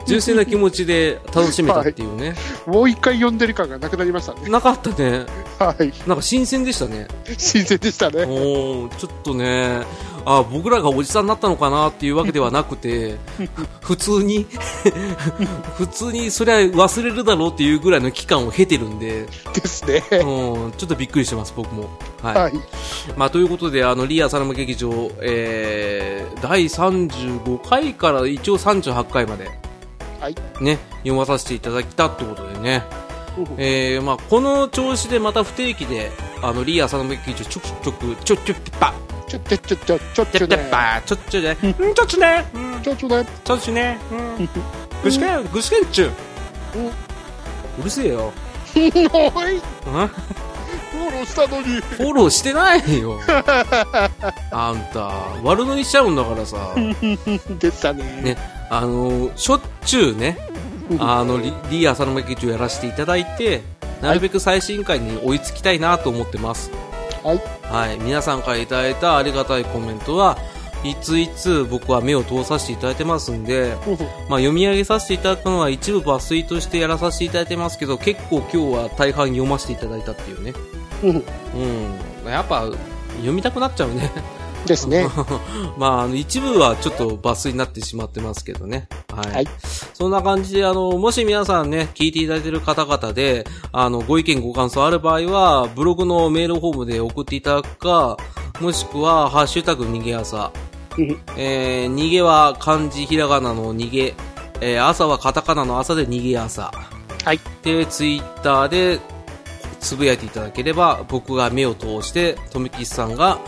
S1: 純粋な気持ちで楽しめたっていうね、
S2: もう一回読んでる感がなくなりましたね。
S1: なかったね
S2: はい。
S1: なんか新鮮でしたね
S2: 新鮮でしたね。
S1: おーちょっとねあ僕らがおじさんになったのかなっていうわけではなくて普通に 普通にそりゃ忘れるだろうっていうぐらいの期間を経てるんで、
S2: ですね。
S1: うん、ちょっとびっくりしてます僕もはい、
S2: はい。
S1: まあ、ということで、あの、リアサラム劇場、えー、第35回から一応38回まで、
S2: はい
S1: ね、読まさせていただきたってことでね、
S2: うん
S1: えー、まあ、この調子でまた不定期で、あの、リアサラム劇場、ちょくちょく、ちょちょっぱ、
S2: ちょ、ちょ、ちょ、ちょ、ちょ、
S1: ち
S2: ち
S1: ょ
S2: ょ
S1: っ
S2: ね、
S1: ぱ、ちょっちょね、うん、ちょっちね、うん、
S2: ちょ、ちょね、
S1: ちょっちね、うん、ぐしかよ、ぐしかんちゅう。
S2: うん
S1: うるせえよ。
S2: おい、
S1: うん
S2: フォローしたのに。
S1: フォローしてない よ。あんた、悪乗りしちゃうんだからさ。
S2: でしたね。
S1: ねあのしょっちゅうね
S2: う、ん
S1: あの、リリー・浅沼劇場やらせていただいて、なるべく最新回に追いつきたいなと思ってます。
S2: はい。
S1: はい。皆さんからいただいたありがたいコメントは、いついつ僕は目を通させていただいてますんで、まあ、読み上げさせていただくのは一部抜粋としてやらさせていただいてますけど、結構今日は大半読ませていただいたっていうね。うん。やっぱ、読みたくなっちゃうね。
S2: ですね。
S1: まあ、あの、一部はちょっと抜粋になってしまってますけどね。はい。
S2: はい
S1: そんな感じで、あの、もし皆さんね、聞いていただいてる方々で、あの、ご意見ご感想ある場合は、ブログのメールフォームで送っていただくか、もしくは、ハッシュタグ逃げ朝。えー、逃げは漢字ひらがなの逃げ、えー、朝はカタカナの朝で逃げ朝。
S2: はい。
S1: で、ツイッターでつぶやいていただければ、僕が目を通して、とめきちさんが、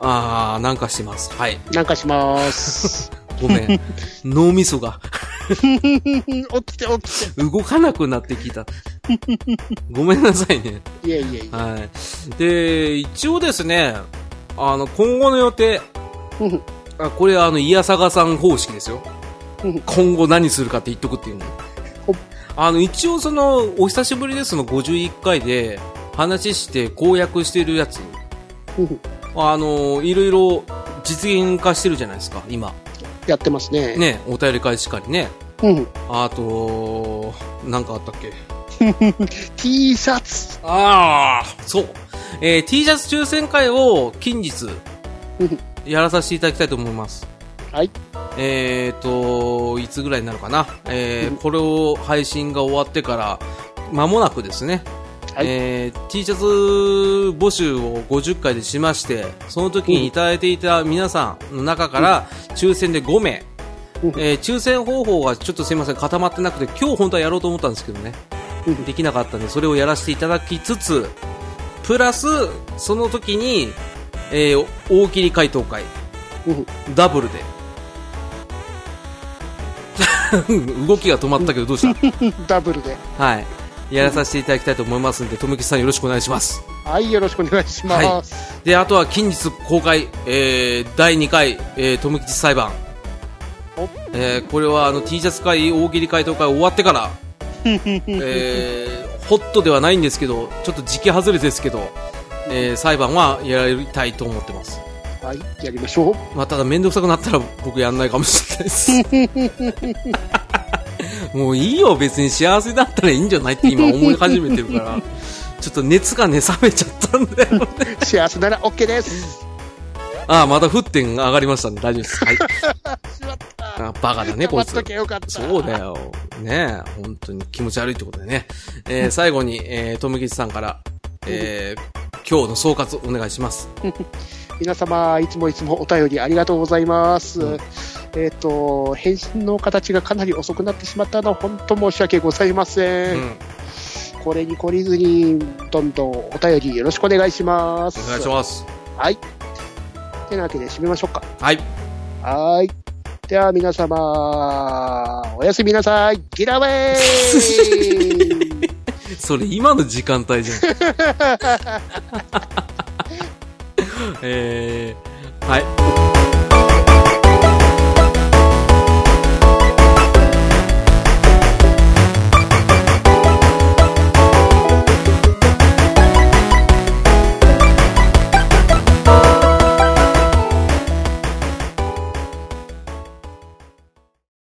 S1: あー、なんかします。はい。
S2: なんか します。
S1: ごめ ん。脳みそが
S2: おっつておっつ
S1: 動かなくなってきた。ごめんなさいね。
S2: て。いえいえい
S1: はい。で、一応ですね、あの、今後の予定。
S2: うん
S1: あこれ、あの、いやさがさん方式ですよ
S2: うん。
S1: 今後何するかって言っとくっていうね
S2: ほっ。
S1: あの、一応その、お久しぶりですの51回で話して公約してるやつ、
S2: うん
S1: あの、いろいろ実現化してるじゃないですか、今。
S2: やってますね。
S1: ね、お便り会しかりね。
S2: うん。
S1: あと、なんかあったっけ
S2: T シャツ。
S1: ああ、そう。えー T シャツ抽選会を近日
S2: うん、
S1: やらさせていただきたいと思います。
S2: はい。
S1: えっ、と、いつぐらいになるかな。えー
S2: うん
S1: これを配信が終わってから、間もなくですね。
S2: はい
S1: えー T シャツ募集を50回でしまして、その時にいただいていた皆さんの中から、抽選で5名、
S2: うん
S1: えー抽選方法がちょっとすいません、固まってなくて、今日本当はやろうと思ったんですけどね。
S2: うん
S1: できなかったんで、それをやらせていただきつつ、プラス、その時に、えー大喜利回答会、
S2: うん
S1: ダブルで。 動きが止まったけどどうし
S2: ダブルで。
S1: たはい。やらさせていただきたいと思いますんで、とめきちさんよろしくお願いします。
S2: はい、よろしくお願いします。
S1: で、あとは近日公開、えー第2回、えー、とめきち裁判。
S2: お
S1: えーこれはあの T シャツ会、大喜利回答会終わってから、えーホットではないんですけど、ちょっと時期外れですけど、えー裁判はやりたいと思ってます。
S2: はい、やりましょう。
S1: まあ、ただ面倒くさくなったら僕やんないかもしれないです。 もういいよ、別に幸せだったらいいんじゃないって今思い始めてるから、ちょっと熱がね、冷めちゃったんだよね。
S2: 幸せなら OK です。
S1: ああ、また沸点上がりましたね。大丈夫です。はい。
S2: しまった。
S1: あバカだね、こ
S2: 黙
S1: い
S2: っ
S1: つ
S2: と。けばよかった。
S1: そうだよ。ねえ、本当に気持ち悪いってことでね。え ー最後に、えー、とむきちさんから、えー今日の総括お願いします。
S2: 皆様、いつもいつもお便りありがとうございます。
S1: うん
S2: えっ、と、返信の形がかなり遅くなってしまったのは本当申し訳ございま
S1: う
S2: せん。
S1: ん。
S2: これに懲りずに、どんどんお便りよろしくお願いします。
S1: お願いします。
S2: はい。てなわけで締めましょうか。
S1: はい。
S2: はーい。では皆様、おやすみなさい。ギラウェ イ
S1: それ今の時間帯じゃん。えー、はい。